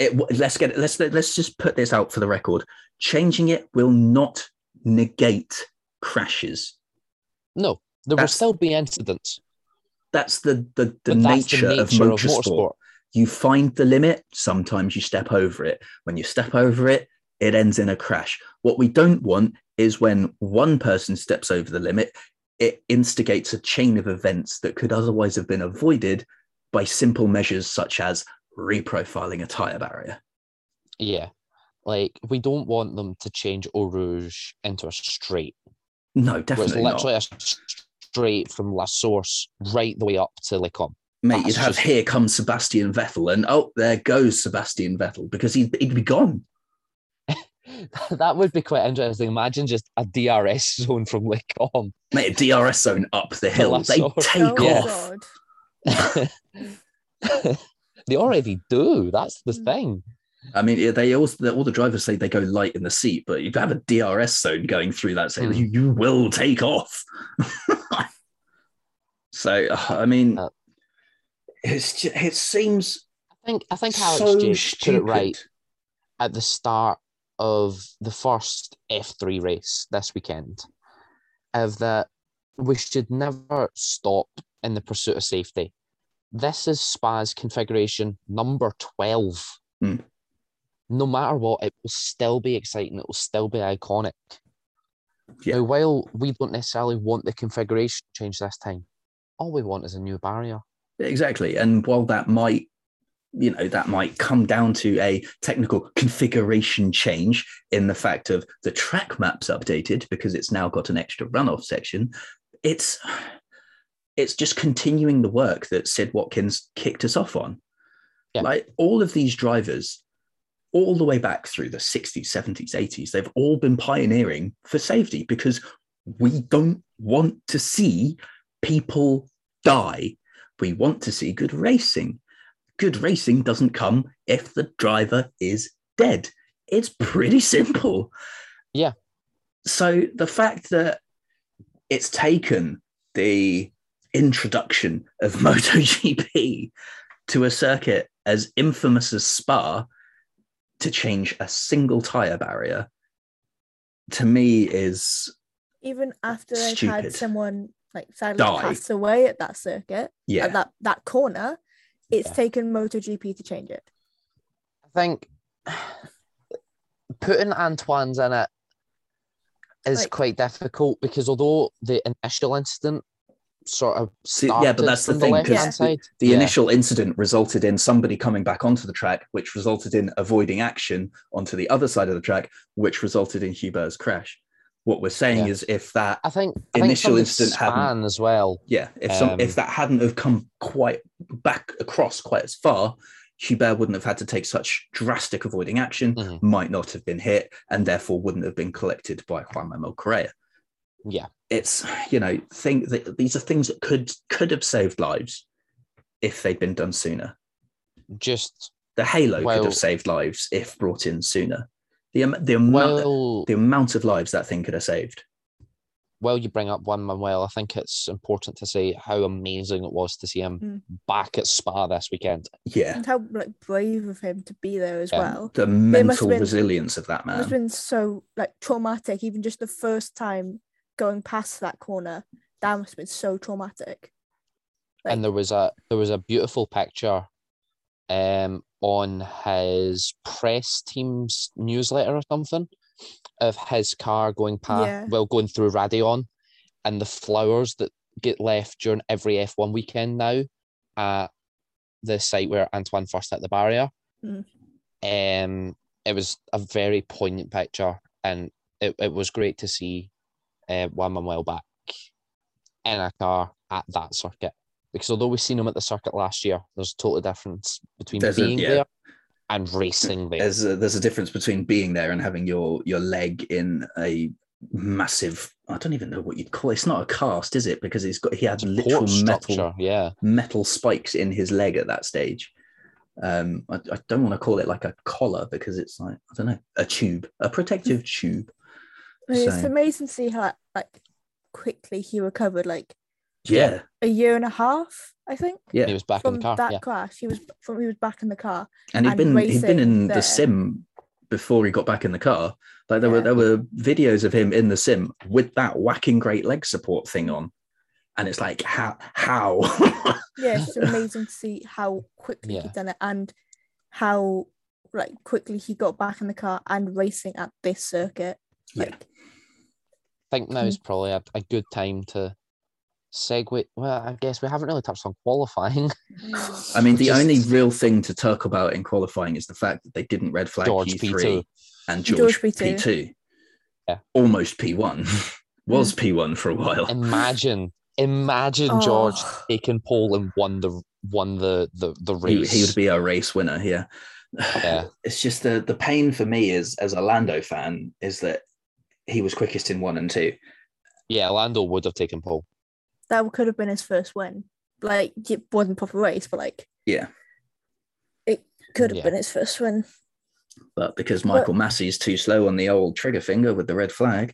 Speaker 2: It w- let's get let's let's just put this out for the record. Changing it will not negate crashes.
Speaker 1: No, there will
Speaker 2: That's-
Speaker 1: still be incidents.
Speaker 2: That's the the, the,
Speaker 1: but that's
Speaker 2: nature,
Speaker 1: the nature
Speaker 2: of motorsport. you find the limit sometimes you step over it when you step over it it ends in a crash what we don't want is when one person steps over the limit it instigates a chain of events that could otherwise have been avoided by simple measures such as reprofiling a tire barrier
Speaker 1: Yeah. Like we don't want them to change Eau Rouge into a straight.
Speaker 2: no
Speaker 1: where it's
Speaker 2: definitely not
Speaker 1: literally a s- straight from La Source right the way up to Lecom.
Speaker 2: mate you'd
Speaker 1: that's
Speaker 2: have
Speaker 1: just-
Speaker 2: here comes sebastian vettel and oh there goes sebastian vettel because he'd, he'd be gone
Speaker 1: that would be quite interesting. Imagine just a DRS zone from Lecom.
Speaker 2: mate a drs zone up the hill
Speaker 1: last
Speaker 2: they
Speaker 1: order.
Speaker 2: take
Speaker 1: Oh,
Speaker 2: off
Speaker 1: God. they already do. That's the
Speaker 3: Mm.
Speaker 1: thing.
Speaker 2: I mean, yeah, they also the, all the drivers say they go light in the seat, but you have a DRS zone going through that, so
Speaker 1: Hmm.
Speaker 2: you, you will take off. so uh, I mean,
Speaker 1: Uh,
Speaker 2: it's ju- it seems
Speaker 1: I think I think Alex
Speaker 2: so
Speaker 1: J put
Speaker 2: stupid.
Speaker 1: it right at the start of the first F3 race this weekend of that we should never stop in the pursuit of safety. This is Spa's configuration number 12.
Speaker 2: Hmm.
Speaker 1: No matter what, it will still be exciting. It will still be iconic.
Speaker 2: Yeah.
Speaker 1: Now, while we don't necessarily want the configuration change this time, all we want is a new barrier.
Speaker 2: Exactly, and while that might, you know, that might come down to a technical configuration change in the fact of the track maps updated because it's now got an extra runoff section. It's it's just continuing the work that Sid Watkins kicked us off on.
Speaker 1: Yeah.
Speaker 2: Like all of these drivers, all the way back through the 60s, 70s, 80s, they've all been pioneering for safety because we don't want to see people die. We want to see good racing. Good racing doesn't come if the driver is dead. It's pretty simple.
Speaker 1: Yeah.
Speaker 2: So the fact that it's taken the introduction of MotoGP to a circuit as infamous as Spa to change a single tire barrier to me is
Speaker 3: Even after they've
Speaker 2: Stupid.
Speaker 3: had someone like sadly
Speaker 2: Die.
Speaker 3: pass away at that circuit,
Speaker 2: yeah
Speaker 3: at that, that corner, it's
Speaker 1: Yeah.
Speaker 3: taken MotoGP to change it.
Speaker 1: I think putting Antoine's in it is
Speaker 3: Like-
Speaker 1: quite difficult because although the initial incident sort of
Speaker 2: See,
Speaker 1: started
Speaker 2: yeah, but that's the
Speaker 1: from
Speaker 2: thing, 'cause
Speaker 1: left hand
Speaker 2: the-
Speaker 1: side,
Speaker 2: the
Speaker 1: yeah,
Speaker 2: initial incident resulted in somebody coming back onto the track, which resulted in avoiding action onto the other side of the track, which resulted in Hubert's crash. What we're saying
Speaker 1: Yeah.
Speaker 2: is if that,
Speaker 1: I think I think
Speaker 2: initial
Speaker 1: something
Speaker 2: incident hadn't-
Speaker 1: span as well.
Speaker 2: yeah, if some,
Speaker 1: Um,
Speaker 2: if that hadn't have come quite back across quite as far, Hubert wouldn't have had to take such drastic avoiding action,
Speaker 1: Mhm.
Speaker 2: might not have been hit, and therefore wouldn't have been collected by Juan Manuel Correa.
Speaker 1: Yeah.
Speaker 2: It's you know think that these are things that could could have saved lives if they'd been done sooner.
Speaker 1: Just
Speaker 2: The halo could
Speaker 1: Well-
Speaker 2: have saved lives if brought in sooner. The am- the amount
Speaker 1: well,
Speaker 2: the amount of lives that thing could have saved.
Speaker 1: well, you bring up Juan Manuel. I think it's important to say how amazing it was to see him
Speaker 3: Mm.
Speaker 1: back at Spa this weekend.
Speaker 2: Yeah,
Speaker 3: And how like brave of him to be there as
Speaker 1: Yeah.
Speaker 3: well.
Speaker 2: the
Speaker 3: must
Speaker 2: mental
Speaker 3: have been-
Speaker 2: resilience of that
Speaker 3: It
Speaker 2: man.
Speaker 3: must have been so like traumatic, even just the first time going past that corner. That must have been so traumatic. Like-
Speaker 1: and there was a there was a beautiful picture um on his press team's newsletter or something of his car going past
Speaker 3: Yeah.
Speaker 1: well going through Radion and the flowers that get left during every F1 weekend now at the site where Antoine first hit the barrier.
Speaker 3: Mm.
Speaker 1: Um it was a very poignant picture and it, it was great to see uh, Juan Manuel back in a car at that circuit. Because although we've seen him at the circuit last year, there's a total difference between
Speaker 2: There's a-
Speaker 1: being
Speaker 2: yeah.
Speaker 1: there and racing there.
Speaker 2: There's a, there's a difference between being there and having your your leg in a massive. I don't even know what you'd call it. It's not a cast, is it? Because he's got he had literal
Speaker 1: Support
Speaker 2: metal
Speaker 1: structure, yeah.
Speaker 2: metal spikes in his leg at that stage. Um, I, I don't want to call it like a collar because it's like I don't know a tube, a protective tube.
Speaker 3: I mean, It's
Speaker 2: So-
Speaker 3: amazing to see how like quickly he recovered. Like
Speaker 2: Yeah,
Speaker 3: a year and a half, I think.
Speaker 2: yeah.
Speaker 1: He was back
Speaker 3: from
Speaker 1: in the car.
Speaker 3: that
Speaker 1: Yeah.
Speaker 3: crash, he was from he was back in the car.
Speaker 2: and he'd
Speaker 3: and
Speaker 2: been he'd been
Speaker 3: racing
Speaker 2: in the
Speaker 3: there.
Speaker 2: sim before he got back in the car. Like there were
Speaker 3: Yeah.
Speaker 2: there were videos of him in the sim with that whacking great leg support thing on, and it's like how how
Speaker 3: Yeah, it's just amazing to see how quickly
Speaker 1: Yeah.
Speaker 3: he'd done it and how like quickly he got back in the car and racing at this circuit.
Speaker 2: Yeah.
Speaker 3: Like
Speaker 1: I think now is probably a, a good time to segue. Well, I guess we haven't really touched on qualifying.
Speaker 2: I mean the
Speaker 1: Just-
Speaker 2: only real thing to talk about in qualifying is the fact that they didn't red flag
Speaker 1: George
Speaker 2: P3
Speaker 1: P2.
Speaker 2: and George,
Speaker 3: George
Speaker 2: P2,
Speaker 3: P2.
Speaker 1: Yeah.
Speaker 2: almost P1 was
Speaker 3: Mm.
Speaker 2: P1 for a while.
Speaker 1: Imagine, imagine George
Speaker 3: oh,
Speaker 1: taking pole and won the won the the, the
Speaker 2: he,
Speaker 1: race.
Speaker 2: he would be a race winner yeah.
Speaker 1: Yeah.
Speaker 2: it's just the the pain for me is as a Lando fan is that he was quickest in one and two.
Speaker 1: yeah, Lando would have taken pole.
Speaker 3: that could have been his first win. Like it wasn't a proper race, but like
Speaker 2: Yeah.
Speaker 3: it could have
Speaker 1: Yeah.
Speaker 3: been his first win.
Speaker 2: but because Michael Massey's too slow on the old trigger finger with the red flag,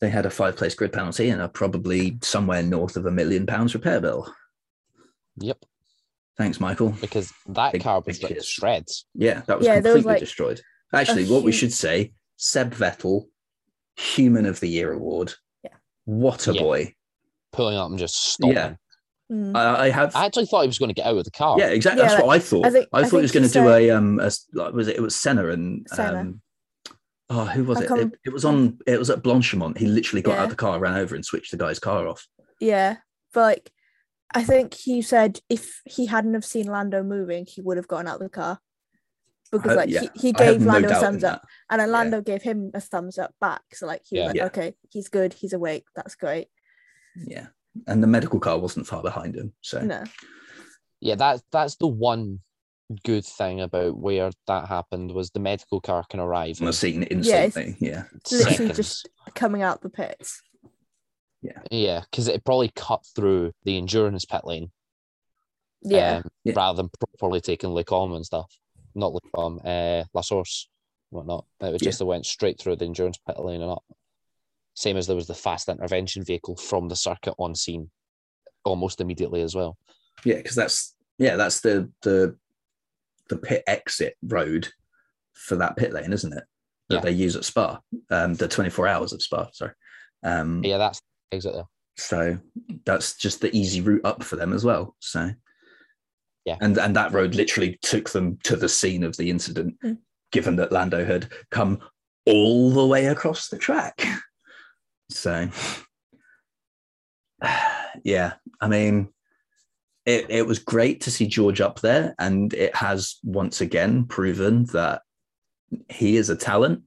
Speaker 2: they had a five place grid penalty and are probably somewhere north of a million pounds repair bill.
Speaker 1: Yep,
Speaker 2: Thanks, Michael.
Speaker 1: because that
Speaker 2: Big-
Speaker 1: car was
Speaker 2: big
Speaker 1: ripped to
Speaker 2: shit.
Speaker 1: shreds.
Speaker 2: Yeah, that was
Speaker 3: Yeah, there
Speaker 2: completely
Speaker 3: was, like,
Speaker 2: destroyed. Actually, what we
Speaker 3: huge-
Speaker 2: should say Seb Vettel, Human of the Year award.
Speaker 3: Yeah.
Speaker 2: What a
Speaker 1: Yeah.
Speaker 2: boy.
Speaker 1: Pulling up and just stopping.
Speaker 2: Yeah.
Speaker 3: Mm.
Speaker 2: I, I have.
Speaker 1: I actually thought he was going to get out of the car.
Speaker 2: yeah, exactly.
Speaker 3: Yeah,
Speaker 2: That's what I thought. I,
Speaker 3: I think- I
Speaker 2: thought he
Speaker 3: think
Speaker 2: was going to do
Speaker 3: he said-
Speaker 2: a um. A, s- like, was it? It was Senna and
Speaker 3: Senna.
Speaker 2: um. Oh, who was
Speaker 3: I
Speaker 2: it?
Speaker 3: can't
Speaker 2: it? It was on. It was at Blanchimont. He literally got out
Speaker 3: Yeah.
Speaker 2: of the car, ran over, and switched the guy's car off.
Speaker 3: Yeah, but like, I think he said if he hadn't have seen Lando moving, he would have gotten out of the car because
Speaker 2: Uh,
Speaker 3: like
Speaker 2: yeah,
Speaker 3: he, he
Speaker 2: I have
Speaker 3: gave Lando a
Speaker 2: doubt in
Speaker 3: thumbs up, and then
Speaker 2: yeah.
Speaker 3: Lando gave him a thumbs up back. So like he was
Speaker 1: Yeah.
Speaker 3: like,
Speaker 2: Yeah.
Speaker 3: okay, he's good, he's awake, that's great.
Speaker 2: that. Yeah. And the medical car wasn't far behind him. So
Speaker 3: No,
Speaker 1: yeah that that's the one good thing about where that happened was the medical car can arrive
Speaker 2: on
Speaker 1: in
Speaker 2: a scene
Speaker 3: it's-
Speaker 2: instantly. Yeah.
Speaker 3: literally
Speaker 1: seconds.
Speaker 3: just- coming out the pits.
Speaker 1: yeah because it probably cut through the endurance pit lane
Speaker 3: Yeah,
Speaker 1: um,
Speaker 2: Yeah.
Speaker 1: rather than properly taking Lecom and stuff not Lecom uh La Source whatnot it was
Speaker 2: Yeah.
Speaker 1: just it went straight through the endurance pit lane and up same as there was the fast intervention vehicle from the circuit on scene almost immediately as well
Speaker 2: Yeah, because that's yeah, that's the the the pit exit road for that pit lane, isn't it? That
Speaker 1: Yeah.
Speaker 2: they use at Spa. Um the 24 hours of Spa, sorry. Um
Speaker 1: yeah that's the exit there
Speaker 2: so that's just the easy route up for them as well. So
Speaker 1: Yeah.
Speaker 2: And and that road literally took them to the scene of the incident,
Speaker 1: Hmm.
Speaker 3: Mm.
Speaker 2: given that Lando had come all the way across the track. So yeah, I mean it, it was great to see George up there, and it has once again proven that he is a talent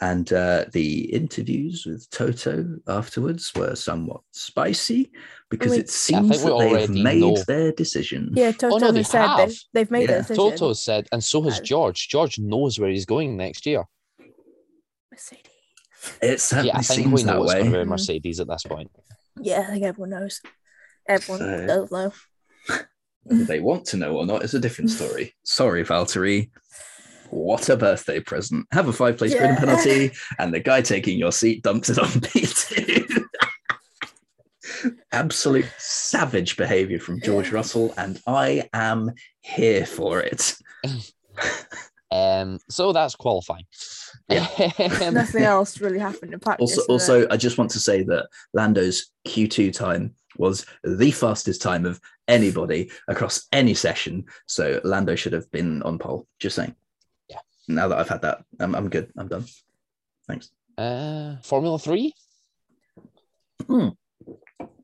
Speaker 2: And uh, the interviews with Toto afterwards were somewhat spicy because
Speaker 3: Wait.
Speaker 2: it seems
Speaker 1: we
Speaker 2: that they've
Speaker 1: already
Speaker 2: made
Speaker 1: know.
Speaker 2: their decision.
Speaker 3: Yeah, Toto
Speaker 1: no, they
Speaker 3: has said
Speaker 1: have.
Speaker 3: they've, they've made
Speaker 2: Yeah.
Speaker 3: their decision.
Speaker 1: Toto said, and so has
Speaker 3: Uh,
Speaker 1: George. George knows where he's going next year.
Speaker 3: Mercedes.
Speaker 2: It certainly
Speaker 1: yeah, I think we
Speaker 2: seems
Speaker 1: know
Speaker 2: that
Speaker 1: it's going to
Speaker 2: way.
Speaker 1: be
Speaker 3: Mhm.
Speaker 1: Mercedes at this point.
Speaker 3: Yeah, I think everyone knows. Everyone
Speaker 2: So-
Speaker 3: does know.
Speaker 2: Whether they want to know or not is a different story. Sorry, Valtteri. What a birthday present. Have a five place grid
Speaker 3: Yeah.
Speaker 2: penalty, and the guy taking your seat dumps it on P2. Absolute savage behavior from George
Speaker 3: Yeah.
Speaker 2: Russell, and I am here for it.
Speaker 1: Um, so that's qualifying.
Speaker 2: Yeah.
Speaker 1: Um,
Speaker 3: Nothing else really happened in practice.
Speaker 2: Also,
Speaker 3: did
Speaker 2: also,
Speaker 3: it?
Speaker 2: I just want to say that Lando's Q2 time was the fastest time of anybody across any session. So Lando should have been on pole. Just saying.
Speaker 1: Yeah.
Speaker 2: Now that I've had that, I'm, I'm good. I'm done. Thanks.
Speaker 1: uh, Formula Three.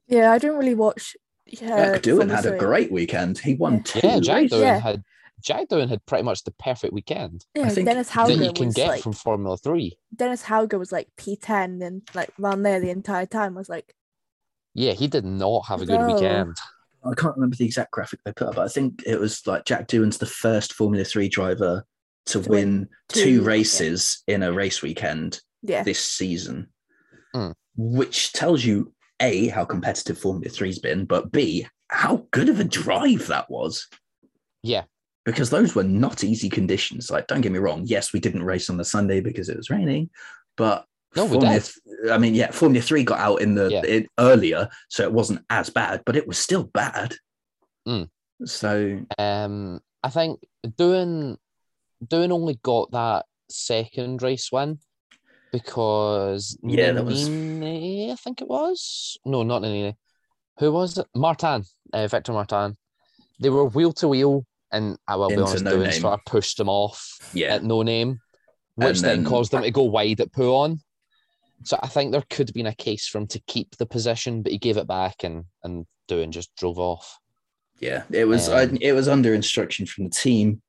Speaker 3: yeah, I didn't really watch. Yeah,
Speaker 2: Jack Doohan
Speaker 3: Formula
Speaker 2: had a
Speaker 3: Three.
Speaker 2: great weekend. He won two.
Speaker 1: Yeah, Jack
Speaker 2: races.
Speaker 1: Doohan
Speaker 3: Yeah.
Speaker 1: had Jack Doohan had pretty much the perfect weekend
Speaker 3: Yeah,
Speaker 2: I think
Speaker 3: Dennis
Speaker 2: that
Speaker 1: that
Speaker 3: Hauger
Speaker 1: you can
Speaker 3: was
Speaker 1: get
Speaker 3: like
Speaker 1: from Formula Three.
Speaker 3: Dennis Hauger was like P ten and like ran there the entire time. I was like,
Speaker 1: Yeah, he did not have a good
Speaker 3: No.
Speaker 1: weekend.
Speaker 2: I can't remember the exact graphic they put up, but I think it was like Jack Doohan's the first Formula Three driver to,
Speaker 3: To win
Speaker 2: win, two,
Speaker 3: two, yeah.
Speaker 2: races in a race weekend.
Speaker 3: yeah,
Speaker 2: this season,
Speaker 1: Mm.
Speaker 2: which tells you a how competitive Formula Three's been, but b how good of a drive that was.
Speaker 1: Yeah.
Speaker 2: because those were not easy conditions. Like, don't get me wrong. Yes, we didn't race on the Sunday because it was raining, but
Speaker 1: No, we
Speaker 2: Formula,
Speaker 1: did.
Speaker 2: th- I mean, yeah, Formula Three got out in the
Speaker 1: Yeah.
Speaker 2: it, earlier, so it wasn't as bad, but it was still bad.
Speaker 1: Mm.
Speaker 2: So
Speaker 1: Um, I think doing doing only got that second race win because
Speaker 2: Yeah, that was-
Speaker 1: Nannini, I think it was. No, not Nene. Who was it? Martin, uh, Victor Martin. They were wheel to wheel, and I will be
Speaker 2: Into
Speaker 1: honest,
Speaker 2: no
Speaker 1: doing
Speaker 2: name.
Speaker 1: sort of pushed them off
Speaker 2: yeah,
Speaker 1: at no name,
Speaker 2: And
Speaker 1: which then,
Speaker 2: then-
Speaker 1: caused them to go wide at Puon. So I think there could have been a case for him to keep the position, but he gave it back and and doing just drove off.
Speaker 2: Yeah, it was
Speaker 1: Um,
Speaker 2: I, it was under instruction from the team,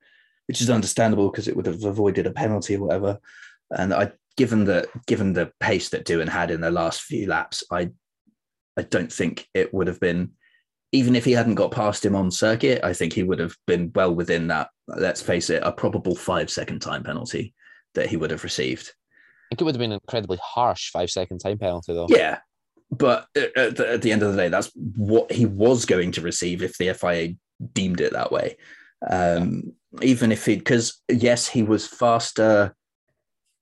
Speaker 2: which is understandable because it would have avoided a penalty or whatever. And I, given the given the pace that Doohan had in the last few laps, I I don't think it would have been even if he hadn't got past him on circuit. I think he would have been well within that. Let's face it, a probable five second time penalty that he would have received.
Speaker 1: I think it would have been an incredibly harsh five second time penalty though.
Speaker 2: Yeah. But at at the, at the end of the day, that's what he was going to receive if the FIA deemed it that way. Um, Even if he, because yes, he was faster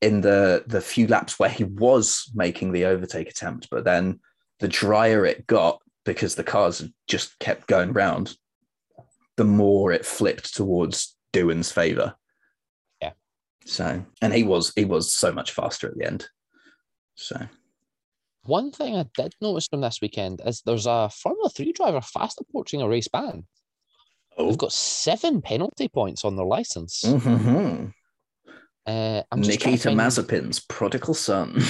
Speaker 2: in the the few laps where he was making the overtake attempt, but then the drier it got because the cars just kept going round, the more it flipped towards Doohan's favour.
Speaker 1: Yeah.
Speaker 2: So, and he was he was so much faster at the end. So.
Speaker 1: One thing I did notice from this weekend is there's a Formula Three driver fast approaching a race ban.
Speaker 2: Oh.
Speaker 1: They've got seven penalty points on their license.
Speaker 2: Mhm.
Speaker 1: Uh, I'm just trying to
Speaker 2: Nikita
Speaker 1: find-
Speaker 2: Mazepin's prodigal son.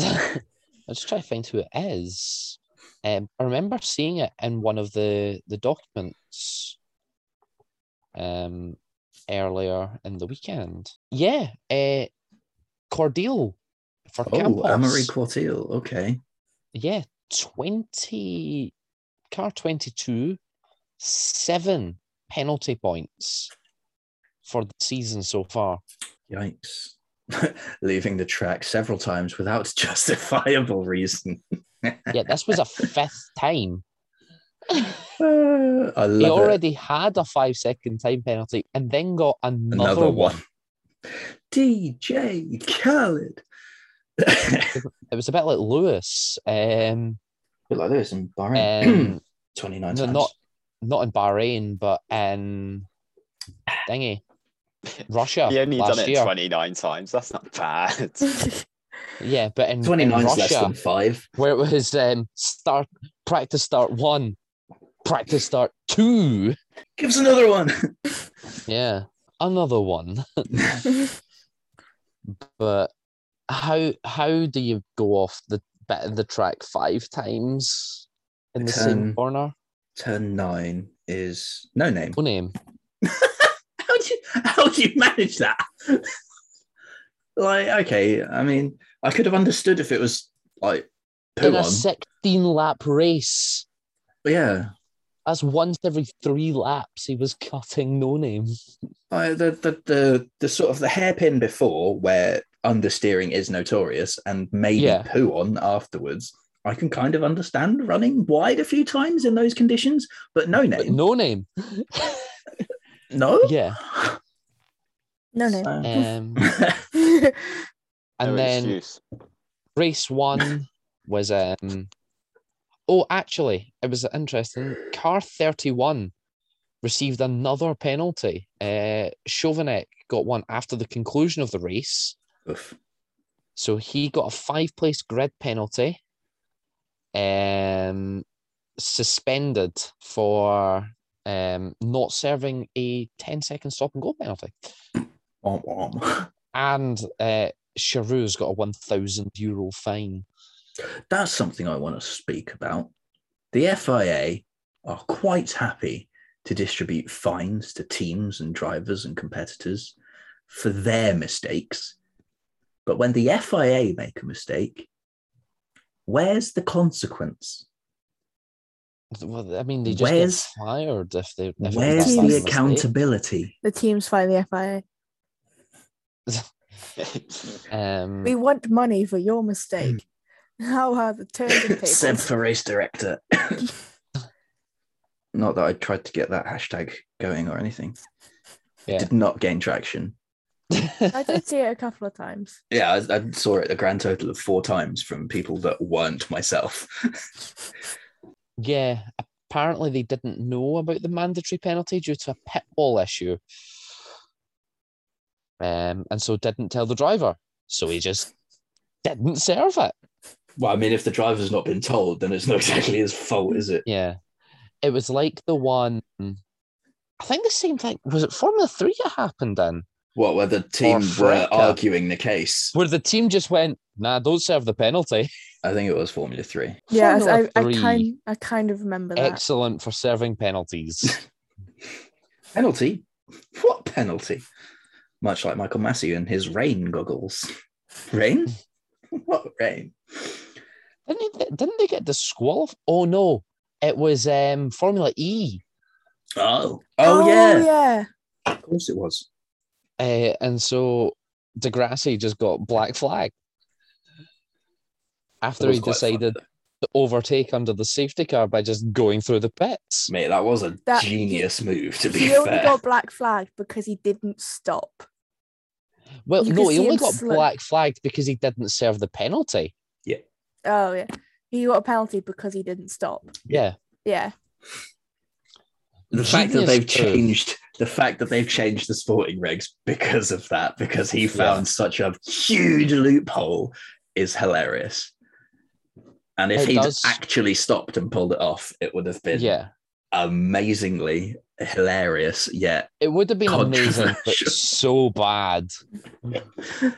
Speaker 1: I'm just trying to find who it is. Um, I remember seeing it in one of the the documents. Um, earlier in the weekend. Yeah, uh, Cordial for
Speaker 2: oh, Amory
Speaker 1: Campos.
Speaker 2: Quartil. Okay.
Speaker 1: yeah, 20 car 22, seven penalty points for the season so far.
Speaker 2: Yikes. Leaving the track several times without justifiable reason.
Speaker 1: Yeah, this was a fifth time.
Speaker 2: Uh, I love
Speaker 1: He
Speaker 2: it.
Speaker 1: already had a five second time penalty and then got another,
Speaker 2: Another
Speaker 1: one.
Speaker 2: one. DJ Khaled.
Speaker 1: It was a bit like Lewis. Um,
Speaker 2: like this in Bahrain.
Speaker 1: um
Speaker 2: 29
Speaker 1: no,
Speaker 2: times.
Speaker 1: not not in Bahrain, but in dingy Russia
Speaker 4: He only
Speaker 1: Oh, last
Speaker 4: done it
Speaker 1: year.
Speaker 4: 29 times. That's not bad.
Speaker 1: Yeah, but in, in
Speaker 2: 29 is
Speaker 1: Russia,
Speaker 2: less than five.
Speaker 1: where it was um, start practice start one, practice start two.
Speaker 2: Give us another one.
Speaker 1: Yeah, another one. But how how do you go off the bit of the track five times in the same
Speaker 2: Turn.
Speaker 1: corner?
Speaker 2: Turn nine is no name.
Speaker 1: No name.
Speaker 2: How do you how do you manage that? Like, okay, I mean, I could have understood if it was like poo
Speaker 1: in a
Speaker 2: on.
Speaker 1: 16 lap race.
Speaker 2: But yeah,
Speaker 1: That's once every three laps he was cutting no name.
Speaker 2: like the, the the the sort of the hairpin before where understeering is notorious and maybe
Speaker 1: Yeah.
Speaker 2: poo on afterwards. I can kind of understand running wide a few times in those conditions, but no
Speaker 1: But
Speaker 2: name,
Speaker 1: no name.
Speaker 2: no,
Speaker 1: Yeah.
Speaker 3: No, no.
Speaker 2: So-
Speaker 1: Um,
Speaker 4: No
Speaker 1: and then
Speaker 4: excuse.
Speaker 1: race one was um oh actually it was interesting. Car 31 received another penalty. Uh Chauvinek got one after the conclusion of the race.
Speaker 2: Oof.
Speaker 1: So he got a five place grid penalty, um, suspended for um, not serving a 10 second stop and go penalty.
Speaker 2: Womp womp.
Speaker 1: And uh, Charoux's got a 1,000 euro fine.
Speaker 2: That's something I want to speak about. The FIA are quite happy to distribute fines to teams and drivers and competitors for their mistakes. But when the FIA make a mistake, where's the consequence?
Speaker 1: Well, I mean, they just
Speaker 2: Where's-
Speaker 1: get fired if they. If it was
Speaker 2: Where's
Speaker 1: that
Speaker 3: that's
Speaker 2: the
Speaker 1: mistake.
Speaker 2: accountability?
Speaker 3: The teams find the FIA.
Speaker 2: Mm.
Speaker 1: Um,
Speaker 3: We want money for your mistake. How are the turns and
Speaker 2: Said
Speaker 3: tables?
Speaker 2: for race director. not that I tried to get that hashtag going or anything.
Speaker 1: Yeah.
Speaker 2: Did not gain traction.
Speaker 3: I did see it a couple of times.
Speaker 2: Yeah, I, I saw it a grand total of four times from people that weren't myself.
Speaker 1: yeah, apparently they didn't know about the mandatory penalty due to a pit wall issue. Um, and so didn't tell the driver. So he just didn't serve it.
Speaker 2: Well, I mean, if the driver's not been told, then it's not exactly his fault, is it?
Speaker 1: Yeah. It was like the one, I think the same thing, was it Formula 3 it happened in?
Speaker 2: What, where the team were
Speaker 1: Freca.
Speaker 2: arguing the case?
Speaker 1: Where the team just went, nah, don't serve the penalty.
Speaker 2: I think it was Formula Three.
Speaker 3: Yeah, I, I,
Speaker 1: Formula
Speaker 3: I
Speaker 1: three.
Speaker 3: kind I kind of remember that.
Speaker 1: Excellent for serving penalties.
Speaker 2: Penalty? What penalty? Much like Michael Massey and his rain goggles. Rain? what rain?
Speaker 1: didn't, he, didn't they get disqualified? Oh, no. It was um, Formula E.
Speaker 2: Oh. Oh, yeah.
Speaker 3: yeah.
Speaker 2: Of course it was.
Speaker 1: Uh, and so Degrassi just got black flag
Speaker 2: That
Speaker 1: after
Speaker 2: was
Speaker 1: he
Speaker 2: quite fun,
Speaker 1: decided
Speaker 2: though.
Speaker 1: to overtake under the safety car by just going through the pits.
Speaker 2: Mate, that was a
Speaker 3: That-
Speaker 2: genius move, to be
Speaker 3: He only
Speaker 2: fair.
Speaker 3: got black flagged because he didn't stop.
Speaker 1: Well,
Speaker 3: You
Speaker 1: no,
Speaker 3: could
Speaker 1: he
Speaker 3: see
Speaker 1: only
Speaker 3: him
Speaker 1: got
Speaker 3: slip.
Speaker 1: black flagged because he didn't serve the penalty.
Speaker 3: Oh yeah, he got a penalty because he didn't stop.
Speaker 1: Yeah,
Speaker 3: Yeah,
Speaker 2: The fact that
Speaker 1: Genius
Speaker 2: they've
Speaker 1: move.
Speaker 2: changed the fact that they've changed the sporting regs because of that, because he found such a huge loophole, is hilarious. And if
Speaker 1: It
Speaker 2: he'd
Speaker 1: does-
Speaker 2: actually stopped and pulled it off, it would have been
Speaker 1: yeah.
Speaker 2: amazingly hilarious. Yet,
Speaker 1: It would have been amazing, but
Speaker 2: Controversial.
Speaker 1: so bad.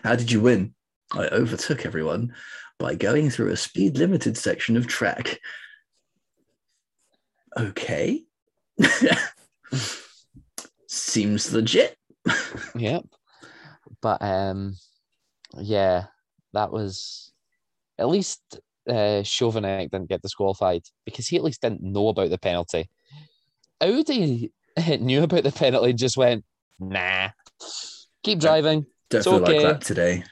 Speaker 2: how did you win? I overtook everyone by going through a speed limited section of track. Okay. Seems legit.
Speaker 1: Yep. But um, yeah, that was at least uh, Chauvinek didn't get disqualified because he at least didn't know about the penalty. Audi knew about the penalty, and just went nah, keep driving.
Speaker 2: Don't
Speaker 1: It's
Speaker 2: feel like
Speaker 1: okay.
Speaker 2: that today.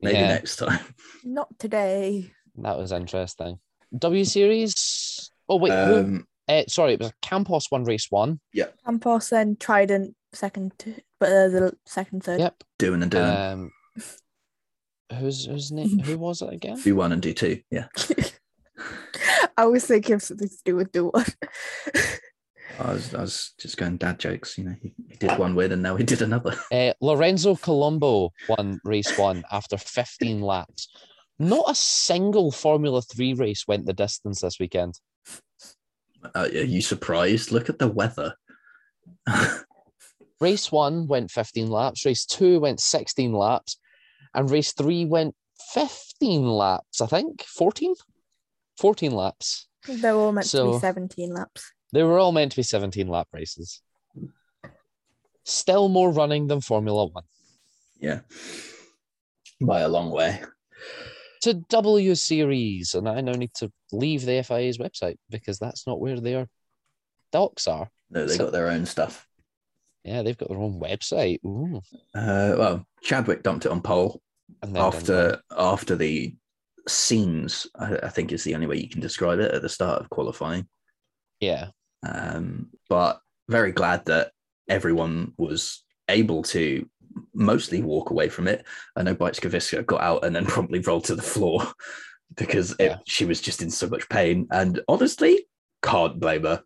Speaker 2: Maybe
Speaker 1: yeah,
Speaker 2: next time.
Speaker 3: not today.
Speaker 1: that was interesting. W series. Oh wait, who-
Speaker 2: Um,
Speaker 1: uh, sorry, it was Campos one race one.
Speaker 3: Campos then Trident second, but uh, the second third.
Speaker 1: Yep.
Speaker 2: doing and doing.
Speaker 1: Um, who's whose name? Who was it again?
Speaker 2: do one and do two. Yeah.
Speaker 3: I was thinking of something to do with the one.
Speaker 2: I was, I was just going dad jokes. You know, he, he did one win and now he did another.
Speaker 1: Uh, Lorenzo Colombo won race one after 15 laps. Not a single Formula Three race went the distance this weekend.
Speaker 2: Uh, are you surprised? Look at the weather.
Speaker 1: Race one went 15 laps, race two went 16 laps, and race three went 15 laps, I think. 14? 14 laps.
Speaker 3: They were all meant to
Speaker 1: So-
Speaker 3: be seventeen laps.
Speaker 1: They were all meant to be 17 lap races. Still more running than Formula One.
Speaker 2: yeah. by a long way.
Speaker 1: to W Series, and I now need to leave the FIA's website because that's not where their docs are.
Speaker 2: No, they
Speaker 1: So-
Speaker 2: got their own stuff.
Speaker 1: Yeah, they've got their own website. Ooh.
Speaker 2: Uh, well, Chadwick dumped it on Pole
Speaker 1: And then
Speaker 2: after after the scenes. I, I think is the only way you can describe it at the start of qualifying.
Speaker 1: yeah,
Speaker 2: Um, but very glad that everyone was able to mostly walk away from it. I know Bites Kaviska got out and then promptly rolled to the floor because it,
Speaker 1: Yeah.
Speaker 2: she was just in so much pain. And honestly, can't blame her.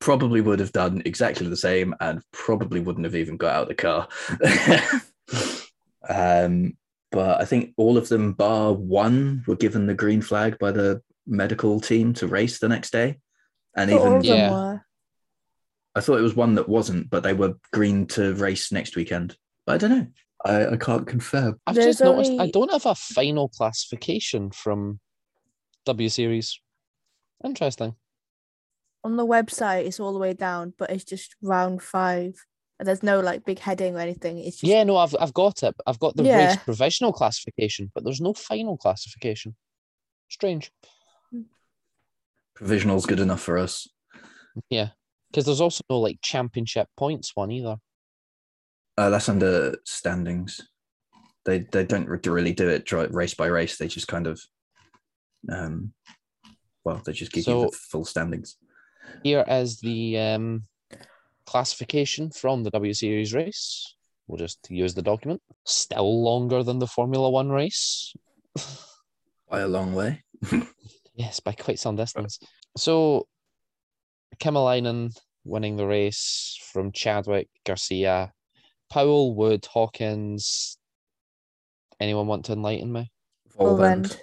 Speaker 2: Probably would have done exactly the same and probably wouldn't have even got out of the car. um, but I think all of them, bar one, were given the green flag by the medical team to race the next day. And
Speaker 3: But all
Speaker 2: even
Speaker 3: of them
Speaker 1: Yeah.
Speaker 3: were.
Speaker 2: I thought it was one that wasn't, but they were green to race next weekend. But I don't know. I, I can't confirm.
Speaker 1: I've
Speaker 3: There's
Speaker 1: just noticed I
Speaker 3: only-
Speaker 1: don't have a final classification from W Series. Interesting.
Speaker 3: On the website, it's all the way down, but it's just round five. And there's no like big heading or anything. It's just
Speaker 1: Yeah, no, I've I've got it. I've got the race
Speaker 3: Yeah.
Speaker 1: provisional classification, but there's no final classification. Strange.
Speaker 2: Provisional's good enough for us.
Speaker 1: Because there's also no like championship points one either.
Speaker 2: Uh, that's under standings. They they don't re- really do it dri- race by race. They just kind of, um, well, they just give you
Speaker 1: So-
Speaker 2: the full standings.
Speaker 1: Here is the um, classification from the W Series race. We'll just use the document. Still longer than the Formula One race.
Speaker 2: By a long way.
Speaker 1: Yes, by quite some distance. So, Kimmelainen winning the race from Chadwick, Garcia, Powell, Wood, Hawkins. Anyone want to enlighten me?
Speaker 2: Volvend,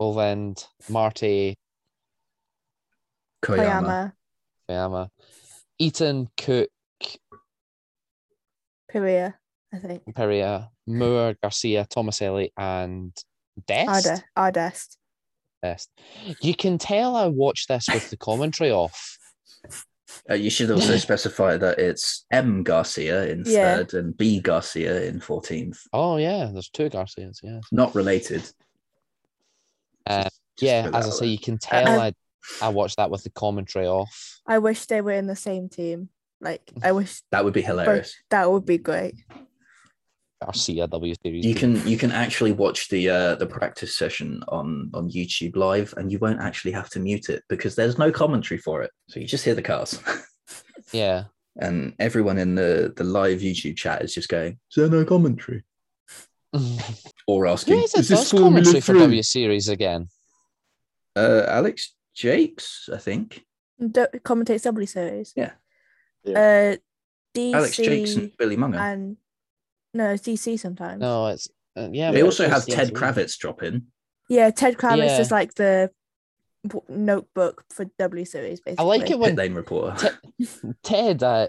Speaker 3: Volvend,
Speaker 1: Volvend, Marty,
Speaker 2: Koyama,
Speaker 3: Koyama,
Speaker 1: Fayama, Eaton, Cook,
Speaker 3: Piria, I think.
Speaker 1: Perea, Moore, Garcia, Tomaselli, and Dest.
Speaker 3: Arda, Ardest.
Speaker 1: Dest. You can tell I watched this with the commentary off.
Speaker 2: Uh, you should also specify that it's M Garcia in
Speaker 3: Yeah.
Speaker 2: third and B Garcia in fourteenth.
Speaker 1: Oh, yeah, there's two Garcias, yeah.
Speaker 2: Not related.
Speaker 1: Uh,
Speaker 2: Just- just
Speaker 1: yeah,
Speaker 2: put that
Speaker 1: as I
Speaker 2: out
Speaker 1: say,
Speaker 2: there.
Speaker 1: you can tell
Speaker 3: Um,
Speaker 1: I, I watched that with the commentary off.
Speaker 3: I wish they were in the same team. Like I
Speaker 1: Mm-hmm.
Speaker 3: wish
Speaker 2: That would be hilarious.
Speaker 3: that would be great.
Speaker 1: Garcia W series.
Speaker 2: You
Speaker 1: team.
Speaker 2: can you can actually watch the uh, the practice session on on YouTube live, and you won't actually have to mute it because there's no commentary for it. So you just hear the cars,
Speaker 1: yeah,
Speaker 2: and everyone in the the live YouTube chat is just going, "Is there no commentary?"
Speaker 1: who
Speaker 2: Or asking,
Speaker 1: is it?
Speaker 2: "Is this
Speaker 1: Does
Speaker 2: Formula
Speaker 1: commentary for
Speaker 2: 3?"
Speaker 1: W series again?
Speaker 2: Uh, Alex Jakes, I think.
Speaker 3: Do- commentates W series.
Speaker 2: Yeah.
Speaker 3: Uh, DC
Speaker 2: Alex Jakes and Billy Munger.
Speaker 3: and no, it's DC sometimes.
Speaker 1: No, it's uh, yeah.
Speaker 2: they
Speaker 1: but
Speaker 2: also
Speaker 1: it's
Speaker 2: have
Speaker 1: just
Speaker 2: Ted
Speaker 1: the-
Speaker 2: Kravitz drop in.
Speaker 3: Yeah, Ted Kravitz
Speaker 1: Yeah.
Speaker 3: is like the w- notebook for W series.
Speaker 1: I
Speaker 3: Basically,
Speaker 1: like it
Speaker 2: Pit
Speaker 1: when
Speaker 2: lane reporter.
Speaker 1: Ted. Uh,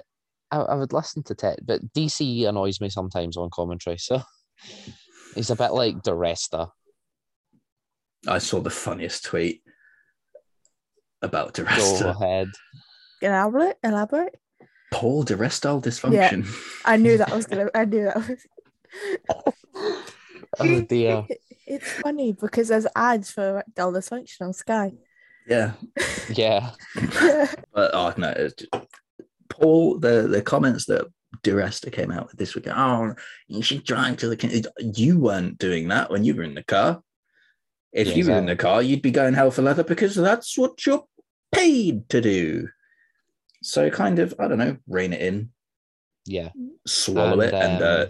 Speaker 1: I, I would listen to Ted, but DC annoys me sometimes on commentary. So he's a bit like the resta.
Speaker 2: I saw the funniest tweet about
Speaker 1: Go
Speaker 2: Duresta.
Speaker 1: ahead.
Speaker 3: Elaborate, elaborate.
Speaker 2: Paul Durestyle dysfunction.
Speaker 3: I knew that was gonna. I knew that was.
Speaker 1: Oh dear.
Speaker 3: It's funny because there's ads for erectile dysfunction on Sky.
Speaker 2: yeah.
Speaker 1: Yeah.
Speaker 2: But oh no, it's just- Paul, the the comments that Duresta came out with this week. Oh, you should drive to the. con-" You weren't doing that when you were in the car. If
Speaker 1: Yeah,
Speaker 2: you were in the car, you'd be going hell for leather because that's what you're paid to do. So kind of, I don't know, rein it in,
Speaker 1: Yeah.
Speaker 2: swallow
Speaker 1: And,
Speaker 2: it, and
Speaker 1: um,
Speaker 2: uh,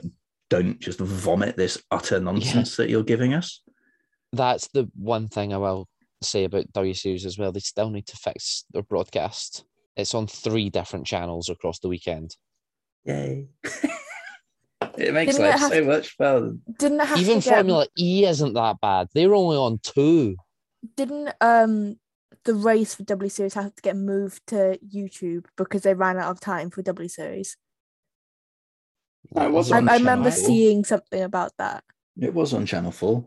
Speaker 2: don't just vomit this utter nonsense that you're giving us.
Speaker 1: That's the one thing I will say about W series as well. They still need to fix their broadcast. It's on three different channels across the weekend.
Speaker 2: Yay! it makes
Speaker 3: Didn't it
Speaker 2: life
Speaker 3: have
Speaker 2: so much fun.
Speaker 3: Didn't it have
Speaker 1: Even
Speaker 3: to get-
Speaker 1: Formula E isn't that bad. They were only on two.
Speaker 3: Didn't um the race for W Series have to get moved to YouTube because they ran out of time for W Series?
Speaker 2: That was It's
Speaker 3: I,
Speaker 2: on
Speaker 3: I remember
Speaker 2: Channel four.
Speaker 3: seeing something about that.
Speaker 2: It was on Channel Four.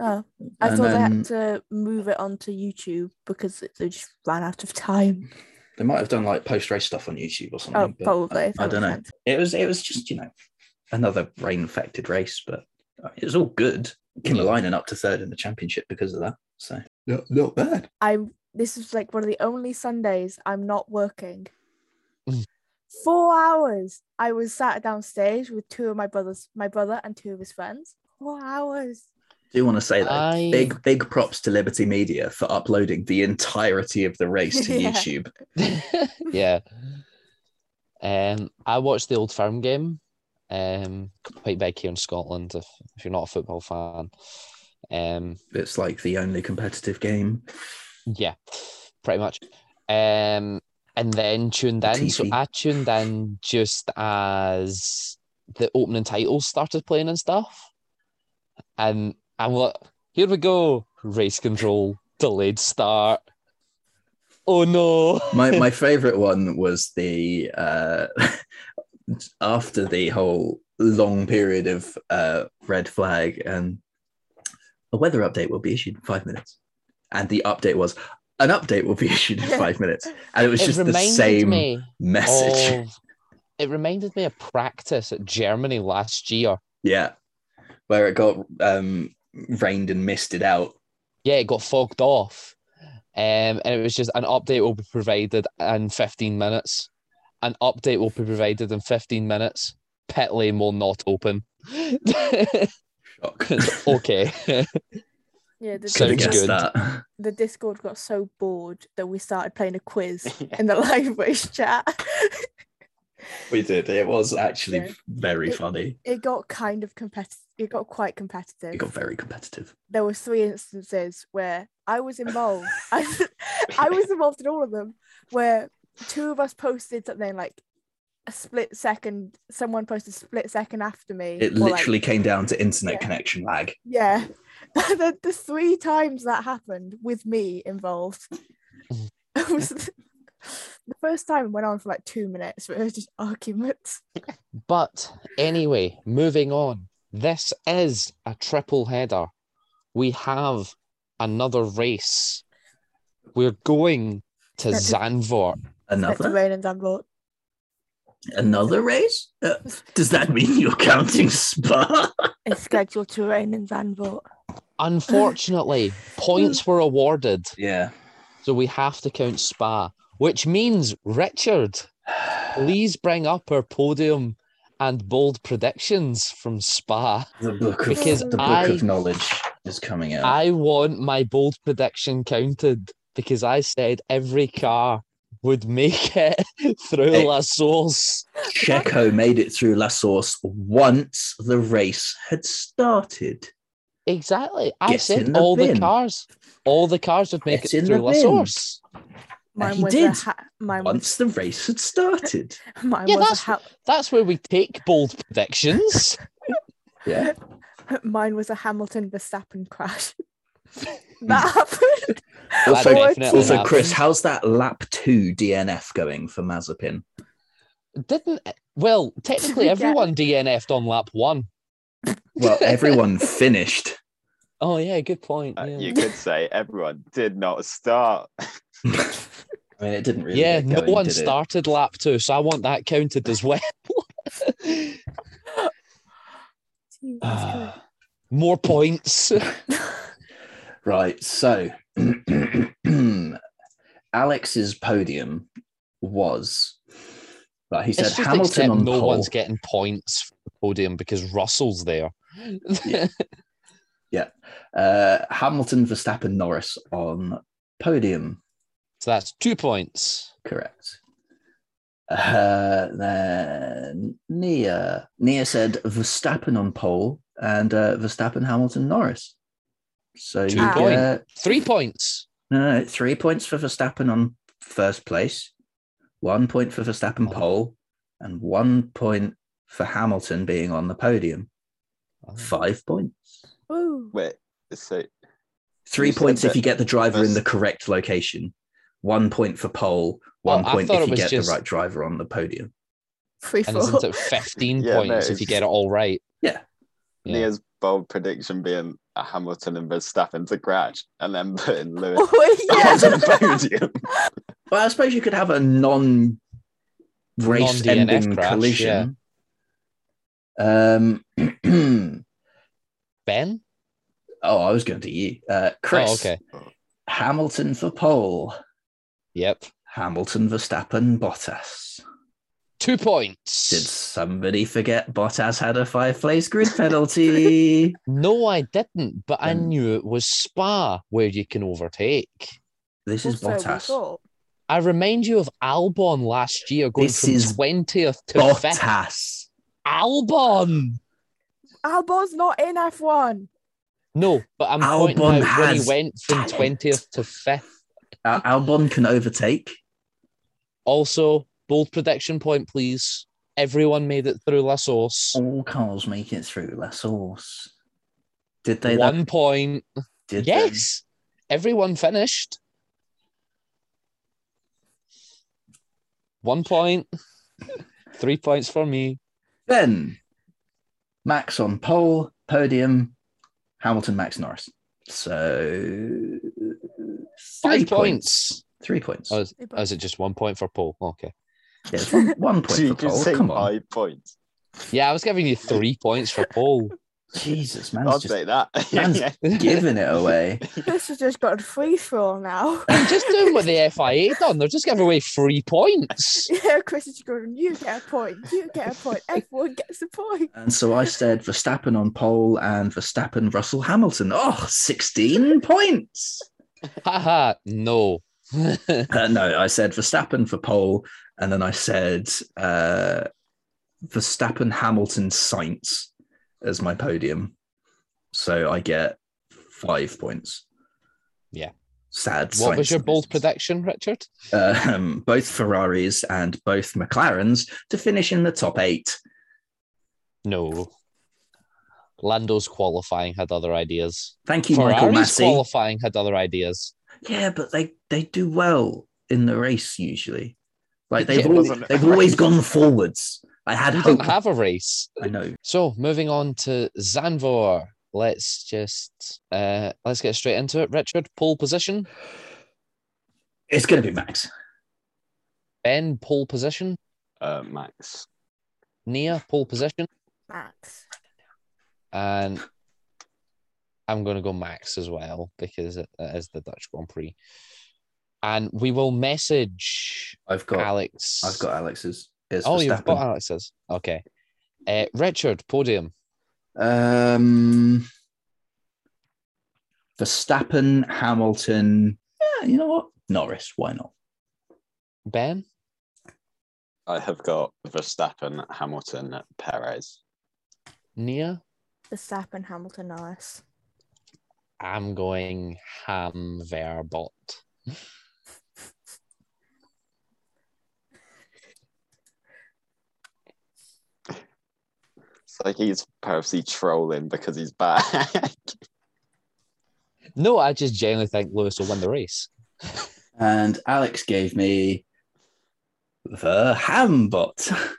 Speaker 3: Oh, I
Speaker 2: And
Speaker 3: thought they
Speaker 2: then-
Speaker 3: had to move it onto YouTube because they just ran out of time.
Speaker 2: They might have done like post race stuff on YouTube or something.
Speaker 3: Oh,
Speaker 2: but
Speaker 3: probably.
Speaker 2: I,
Speaker 3: if
Speaker 2: I
Speaker 3: that
Speaker 2: don't know.
Speaker 3: makes sense.
Speaker 2: It was it was just you know another rain affected race, but It was all good. Came lining up to third in the championship because of that. So no, not bad.
Speaker 3: I this is like one of the only Sundays I'm not working.
Speaker 2: Mm.
Speaker 3: Four hours. I was sat downstairs with two of my brothers, my brother and two of his friends. Four hours.
Speaker 2: Do you want to say that?
Speaker 1: I-
Speaker 2: Big big props to Liberty Media for uploading the entirety of the race to
Speaker 3: Yeah.
Speaker 2: YouTube.
Speaker 1: yeah. Um, I watched the Old Firm game, um, quite big here in Scotland. If, if you're not a football fan, um,
Speaker 2: It's like the only competitive game.
Speaker 1: yeah, pretty much. Um, and then tuned
Speaker 2: The
Speaker 1: in. So
Speaker 2: TV.
Speaker 1: I tuned in just as the opening titles started playing and stuff, and I'm like, here we go, race control, delayed start. Oh no!
Speaker 2: My my favorite one was the uh, after the whole long period of uh, red flag and a weather update will be issued in five minutes, and the update was an update will be issued in five minutes, and it was just the same
Speaker 1: me.
Speaker 2: message.
Speaker 1: of- it reminded me of practice at Germany last year.
Speaker 2: Yeah, where it got um, rained and misted out.
Speaker 1: Yeah, it got fogged off. Um, and it was just an update will be provided in 15 minutes. An update will be provided in 15 minutes. Pit lane will not open.
Speaker 2: Shock.
Speaker 1: okay.
Speaker 3: Yeah, the,
Speaker 1: Sounds
Speaker 2: Could've
Speaker 1: good.
Speaker 2: guessed That.
Speaker 3: the Discord got so bored that we started playing a quiz
Speaker 4: Yeah.
Speaker 3: in the live race chat.
Speaker 2: We did. It was actually
Speaker 3: Yeah.
Speaker 2: very
Speaker 3: It-
Speaker 2: funny.
Speaker 3: it got kind of competitive. It got quite competitive.
Speaker 2: It got very competitive.
Speaker 3: there were three instances where I was involved. I, I was involved in all of them where two of us posted something like a split second. Someone posted split second after me.
Speaker 2: It
Speaker 3: or, like-
Speaker 2: literally came down to internet
Speaker 3: Yeah.
Speaker 2: connection lag.
Speaker 3: yeah. the, the three times that happened with me involved. it was the first time went on for like two minutes, but it was just arguments.
Speaker 1: But anyway, moving on. This is a triple header. We have another race. We're going to
Speaker 3: That is-
Speaker 1: Zandvoort.
Speaker 2: Another
Speaker 3: Rain and Zandvoort.
Speaker 2: another race? Uh, does that mean you're counting Spa?
Speaker 3: It's scheduled to rain in Zandvoort.
Speaker 1: Unfortunately, points were awarded,
Speaker 2: Yeah.
Speaker 1: so we have to count Spa, which means Richard, please bring up our podium and bold predictions from Spa.
Speaker 2: The book of
Speaker 1: Because
Speaker 2: the book
Speaker 1: I-
Speaker 2: of knowledge is coming out.
Speaker 1: I want my bold prediction counted because I said every car would make it through
Speaker 2: Hey.
Speaker 1: La Source.
Speaker 2: Checo made it through La Source once the race had started.
Speaker 1: Exactly. I
Speaker 2: Get in
Speaker 1: said
Speaker 2: the
Speaker 1: all the
Speaker 2: bin.
Speaker 1: cars. All the cars would make
Speaker 2: Get
Speaker 1: it
Speaker 2: in the
Speaker 1: through La
Speaker 2: bin.
Speaker 1: Source.
Speaker 3: Mine
Speaker 2: he
Speaker 3: was
Speaker 2: did.
Speaker 3: a ha- mine
Speaker 2: Once the race had started.
Speaker 3: was mine
Speaker 1: Yeah,
Speaker 3: was
Speaker 1: that's-
Speaker 3: a ha-
Speaker 1: That's where we take bold predictions.
Speaker 2: Yeah.
Speaker 3: Mine was a Hamilton Verstappen crash. that happened.
Speaker 2: Also,
Speaker 1: definitely
Speaker 2: also
Speaker 1: happened.
Speaker 2: Chris, how's that lap two DNF going for Mazepin?
Speaker 1: Didn't well, technically
Speaker 3: Yeah.
Speaker 1: everyone DNF'd on lap one.
Speaker 2: Well, everyone finished.
Speaker 1: Oh yeah, good point.
Speaker 4: Uh,
Speaker 1: Yeah,
Speaker 4: You could say everyone did not start.
Speaker 2: I mean, it didn't really.
Speaker 1: Yeah,
Speaker 2: get
Speaker 1: no
Speaker 2: going,
Speaker 1: one
Speaker 2: did it?
Speaker 1: started lap two, so I want that counted as well.
Speaker 3: Jesus Christ.
Speaker 2: Ah,
Speaker 1: More points.
Speaker 2: right. So, Alex's podium was. Right, he said
Speaker 1: It's just
Speaker 2: Hamilton
Speaker 1: except
Speaker 2: on
Speaker 1: no
Speaker 2: pole.
Speaker 1: one's getting points for the podium because Russell's there.
Speaker 2: uh, Hamilton, Verstappen, Norris on podium.
Speaker 1: So that's two points.
Speaker 2: Correct. Uh, then Nia. Nia said Verstappen on pole and uh, Verstappen, Hamilton, Norris. So
Speaker 1: Two
Speaker 2: you
Speaker 3: points.
Speaker 2: get
Speaker 1: Three points.
Speaker 2: No, no, Uh, three points for Verstappen on first place, one point for
Speaker 1: Oh.
Speaker 2: Verstappen pole, and one point for Hamilton being on the podium. Five points.
Speaker 3: Ooh.
Speaker 4: Wait, so
Speaker 2: Three
Speaker 4: You said
Speaker 2: points if
Speaker 4: that
Speaker 2: you get the driver in
Speaker 4: Verst-
Speaker 2: the correct location. One point for pole. One
Speaker 1: Oh, I
Speaker 2: point
Speaker 1: thought
Speaker 2: if
Speaker 1: it
Speaker 2: you
Speaker 1: was
Speaker 2: get
Speaker 1: just-
Speaker 2: the right driver on the podium.
Speaker 3: Free
Speaker 1: And
Speaker 3: fall.
Speaker 1: isn't it 15
Speaker 4: Yeah, no,
Speaker 1: points if you
Speaker 4: it's-
Speaker 1: get it all right? Yeah.
Speaker 4: Nia's bold prediction being a Hamilton and Verstappen to crash and then putting Lewis
Speaker 3: Oh,
Speaker 4: on the
Speaker 3: yeah.
Speaker 4: podium.
Speaker 2: Well, I suppose you could have a non race
Speaker 1: Non-DNF
Speaker 2: ending
Speaker 1: crash,
Speaker 2: collision. Um,
Speaker 1: Ben?
Speaker 2: Oh, I was going to you. Uh, Chris.
Speaker 1: Oh, okay.
Speaker 2: Hamilton for pole.
Speaker 1: Yep.
Speaker 2: Hamilton, Verstappen, Bottas.
Speaker 1: Two points.
Speaker 2: Did somebody forget Bottas had a five place grid penalty?
Speaker 1: No, I didn't, but I
Speaker 2: Then-
Speaker 1: knew it was Spa where you can overtake.
Speaker 2: this is
Speaker 3: Also, we
Speaker 2: Bottas.
Speaker 3: thought-
Speaker 1: I remind you of Albon last year going
Speaker 2: This
Speaker 1: from
Speaker 2: is
Speaker 1: 20th to 5th.
Speaker 2: Bottas.
Speaker 1: Albon!
Speaker 3: Albon's not in F1.
Speaker 1: No, but I'm
Speaker 2: Albon
Speaker 1: pointing out when he
Speaker 2: has
Speaker 1: went from
Speaker 2: talent.
Speaker 1: 20th to 5th.
Speaker 2: Uh, Albon can overtake.
Speaker 1: Also, bold prediction point, please. Everyone made it through La Sauce.
Speaker 2: All cars make it through La Source. Did they?
Speaker 1: One
Speaker 2: though?
Speaker 1: point.
Speaker 2: Did they?
Speaker 1: yes. Everyone finished. One point. Three points for me.
Speaker 2: Then Max on pole, podium, Hamilton, Max Norris. So
Speaker 1: Five
Speaker 2: three
Speaker 1: points.
Speaker 2: Three points.
Speaker 1: Oh, Or is it just one point for Paul? Okay.
Speaker 2: Yeah, it's one, one point
Speaker 4: So you
Speaker 2: for
Speaker 4: can
Speaker 2: pole.
Speaker 4: say
Speaker 2: Come on.
Speaker 4: five points.
Speaker 1: Yeah, I was giving you three points for Paul.
Speaker 2: Jesus,
Speaker 4: I'll
Speaker 2: man's just
Speaker 4: say that.
Speaker 2: man's- giving it away.
Speaker 3: Chris has just got a free for all now.
Speaker 1: I'm just doing what the FIA done. They're just giving away three points.
Speaker 3: yeah, Chris is going, you get a point, you get a point, everyone gets a point.
Speaker 2: And so I said Verstappen on pole and Verstappen, Russell Hamilton. Oh, 16 points.
Speaker 1: Haha, no.
Speaker 2: Uh, no, I said Verstappen for pole. And then I said uh, Verstappen, Hamilton, Sainz as my podium. So I get five points.
Speaker 1: Yeah.
Speaker 2: Sad.
Speaker 1: What was
Speaker 2: Sainz
Speaker 1: your bold
Speaker 2: loses.
Speaker 1: prediction, Richard?
Speaker 2: Uh, um, both Ferraris and both McLarens to finish in the top eight.
Speaker 1: No. Lando's qualifying had other ideas.
Speaker 2: Thank you, Michael
Speaker 1: Ferrari's
Speaker 2: Massey.
Speaker 1: qualifying had other ideas.
Speaker 2: Yeah, but they they do well in the race usually. Like they've
Speaker 1: Yeah,
Speaker 2: always,
Speaker 4: wasn't it
Speaker 2: they've
Speaker 4: a
Speaker 2: always
Speaker 4: race?
Speaker 2: gone forwards. I had
Speaker 1: We
Speaker 2: hope.
Speaker 1: don't have a race.
Speaker 2: I know.
Speaker 1: So moving on to Zanvor. Let's just uh let's get straight into it. Richard, pole position.
Speaker 2: It's going to be Max.
Speaker 1: Ben, pole position.
Speaker 4: uh, Max.
Speaker 1: Nia, pole position.
Speaker 3: Max.
Speaker 1: And I'm going to go Max as well because it, it is the Dutch Grand Prix. And we will message
Speaker 2: I've got
Speaker 1: Alex.
Speaker 2: I've got Alex's. It's
Speaker 1: Oh,
Speaker 2: Verstappen.
Speaker 1: you've got Alex's. Okay. Uh, Richard, podium.
Speaker 2: Um, Verstappen, Hamilton. Yeah, you know what? Norris. Why not?
Speaker 1: Ben,
Speaker 4: I have got Verstappen, Hamilton, Perez.
Speaker 1: Nia.
Speaker 3: Verstappen, Hamilton, Norris.
Speaker 1: I'm going Ham Verbot.
Speaker 4: It's like he's purposely trolling because he's back.
Speaker 1: No, I just genuinely think Lewis will win the race.
Speaker 2: And Alex gave me the Hambot.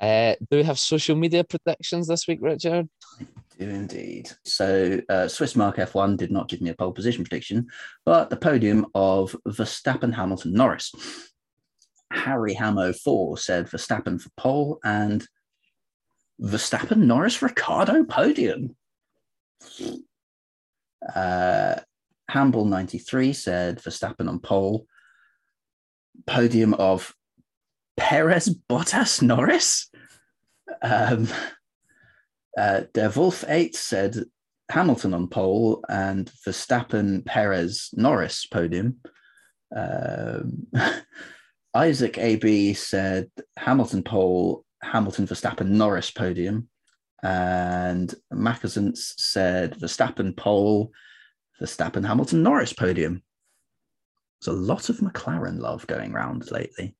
Speaker 1: Uh, do we have social media predictions this week, Richard?
Speaker 2: do indeed. So, uh, Swiss Mark F1 did not give me a pole position prediction, but the podium of Verstappen, Hamilton, Norris. Harry Hamo 4 said Verstappen for pole and Verstappen, Norris, Ricardo podium. Uh, Hamble 93 said Verstappen on pole, podium of Perez, Bottas, Norris. Um, uh, Der Wolf 8 said Hamilton on pole and Verstappen, Perez, Norris podium. Um, Isaac AB said Hamilton pole, Hamilton, Verstappen, Norris podium. And Mackesons said Verstappen pole, Verstappen, Hamilton, Norris podium. There's a lot of McLaren love going round lately.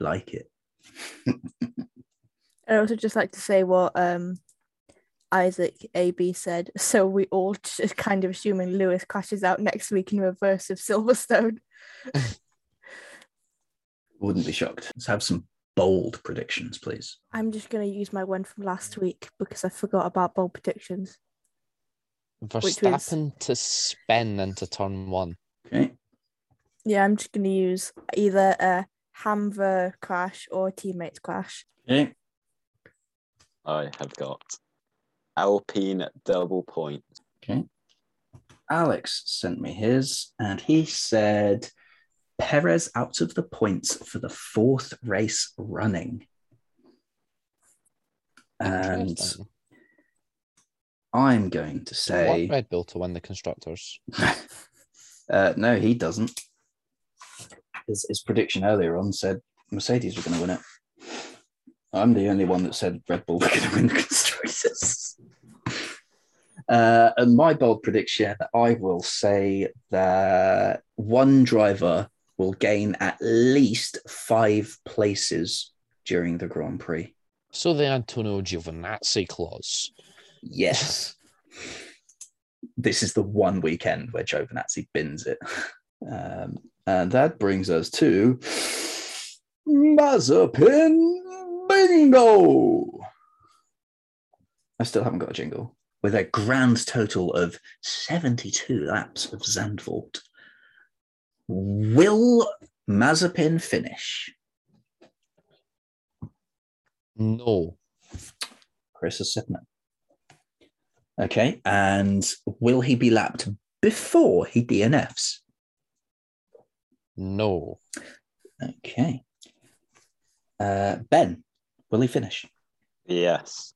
Speaker 2: Like it.
Speaker 3: I'd also just like to say what um, Isaac AB said. So we all just kind of assuming Lewis crashes out next week in reverse of Silverstone.
Speaker 2: Wouldn't be shocked. Let's have some bold predictions, please.
Speaker 3: I'm just going to use my one from last week because I forgot about bold predictions. Which was-
Speaker 1: Verstappen to spin into turn one.
Speaker 2: Okay.
Speaker 3: Yeah, I'm just going to use either a Hamver crash or teammates crash.
Speaker 2: Okay.
Speaker 4: I have got Alpine double point.
Speaker 2: Alex sent me his, and he said Perez out of the points for the fourth race running. And
Speaker 1: Interesting.
Speaker 2: I'm going to
Speaker 1: I want
Speaker 2: say,
Speaker 1: Red Bull to win the constructors.
Speaker 2: uh, no, he doesn't. His, his prediction earlier on said Mercedes were going to win it. I'm the only one that said Red Bull were going to win the constructors. Uh, and my bold prediction, I will say that one driver will gain at least five places during the Grand Prix.
Speaker 1: So the Antonio Giovinazzi clause.
Speaker 2: Yes. this is the one weekend where Giovinazzi bins it. Um, and that brings us to Mazepin Bingo. I still haven't got a jingle. With a grand total of 72 laps of Zandvoort. Will Mazepin finish?
Speaker 1: No.
Speaker 2: Chris has said no. Okay, and will he be lapped before he DNFs?
Speaker 1: No.
Speaker 2: Okay. Uh, ben, will he finish?
Speaker 4: Yes.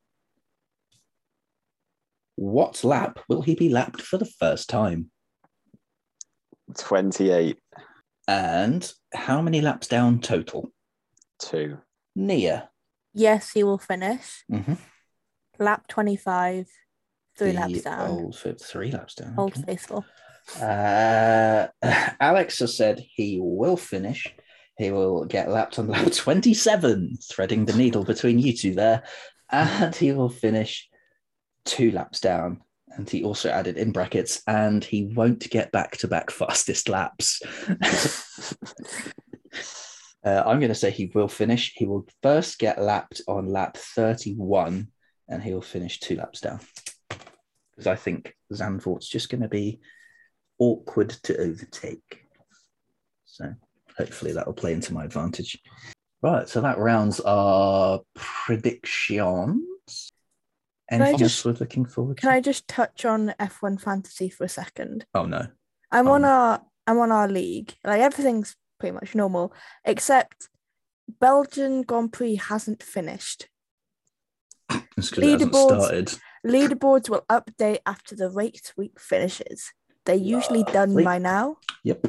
Speaker 2: What lap will he be lapped for the first time?
Speaker 4: 28
Speaker 2: And how many laps down total?
Speaker 4: 2.
Speaker 2: Nia.
Speaker 3: Yes, he will finish.
Speaker 2: Mm-hmm.
Speaker 3: Lap 25, three laps down. Old,
Speaker 2: Old, Faith- three laps down. okay.
Speaker 3: faithful.
Speaker 2: Uh, Alex has said he will finish. He will get lapped on lap 27, threading the needle between you two there. And he will finish two laps down. And he also added in brackets, and he won't get back to back fastest laps. Uh, I'm going to say he will finish. He will first get lapped on lap 31, and he'll finish two laps down. Because I think Zandvoort's just going to be awkward to overtake. So hopefully that will play into my advantage. Right, so that rounds our predictions.
Speaker 3: I
Speaker 2: Anything
Speaker 3: just-
Speaker 2: else we're looking forward to?
Speaker 3: Can I just touch on F1 fantasy for a second?
Speaker 2: Oh no.
Speaker 3: I'm on
Speaker 2: Um,
Speaker 3: our I'm on our league. Like everything's pretty much normal, except Belgian Grand Prix hasn't finished.
Speaker 2: It's because it hasn't
Speaker 3: Leaderboards.
Speaker 2: started.
Speaker 3: Leaderboards will update after the race week finishes. They're usually done
Speaker 2: Lovely.
Speaker 3: by now.
Speaker 2: Yep.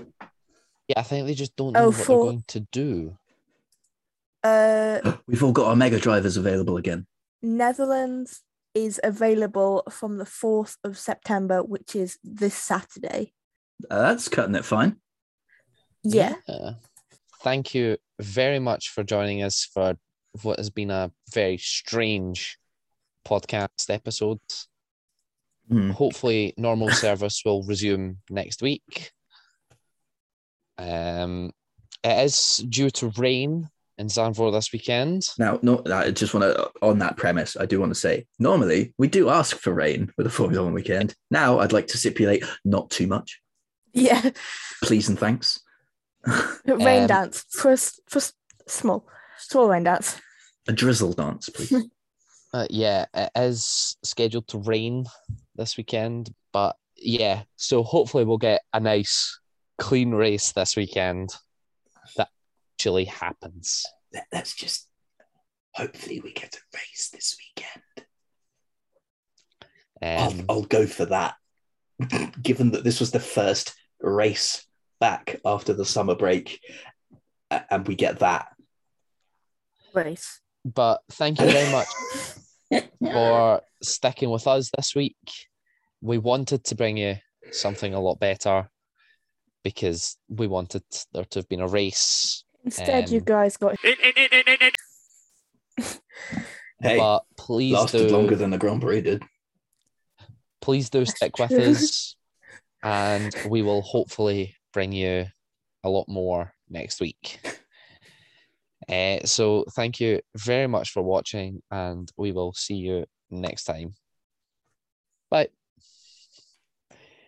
Speaker 1: Yeah, I think they just don't
Speaker 3: Oh,
Speaker 1: know what they're
Speaker 3: for-
Speaker 1: going to do.
Speaker 3: Uh,
Speaker 2: We've all got our mega drivers available again.
Speaker 3: Netherlands is available from the fourth of September, which is this Saturday.
Speaker 2: Uh, that's cutting it fine.
Speaker 3: Yeah,
Speaker 1: Yeah. Thank you very much for joining us for what has been a very strange podcast episode.
Speaker 2: Hmm.
Speaker 1: Hopefully, normal service will resume next week. Um, it is due to rain in Zandvoort this weekend.
Speaker 2: Now, no, I just want to, on that premise, I do want to say normally we do ask for rain with a Formula One weekend. Now I'd like to stipulate not too much.
Speaker 3: yeah.
Speaker 2: Please and thanks.
Speaker 3: rain
Speaker 1: Um,
Speaker 3: dance for a s- for s- small small rain dance.
Speaker 2: A drizzle dance, please.
Speaker 1: Uh, yeah, it is scheduled to rain this weekend, but yeah, so hopefully we'll get a nice, clean race this weekend that actually happens.
Speaker 2: Let- Let's just hopefully we get a race this weekend.
Speaker 1: Um,
Speaker 2: I'll, I'll go for that. Given that this was the first race back after the summer break, a- and we get that.
Speaker 3: Race.
Speaker 1: but thank you very much for sticking with us this week. We wanted to bring you something a lot better because we wanted there to have been a race,
Speaker 3: Instead, you
Speaker 1: Um,
Speaker 3: guys got
Speaker 2: Hey,
Speaker 1: but please
Speaker 2: lasted
Speaker 1: do
Speaker 2: longer than the Grand Prix did.
Speaker 1: please do stick with
Speaker 3: true.
Speaker 1: us and we will hopefully bring you a lot more next week uh, so thank you very much for watching and we will see you next time bye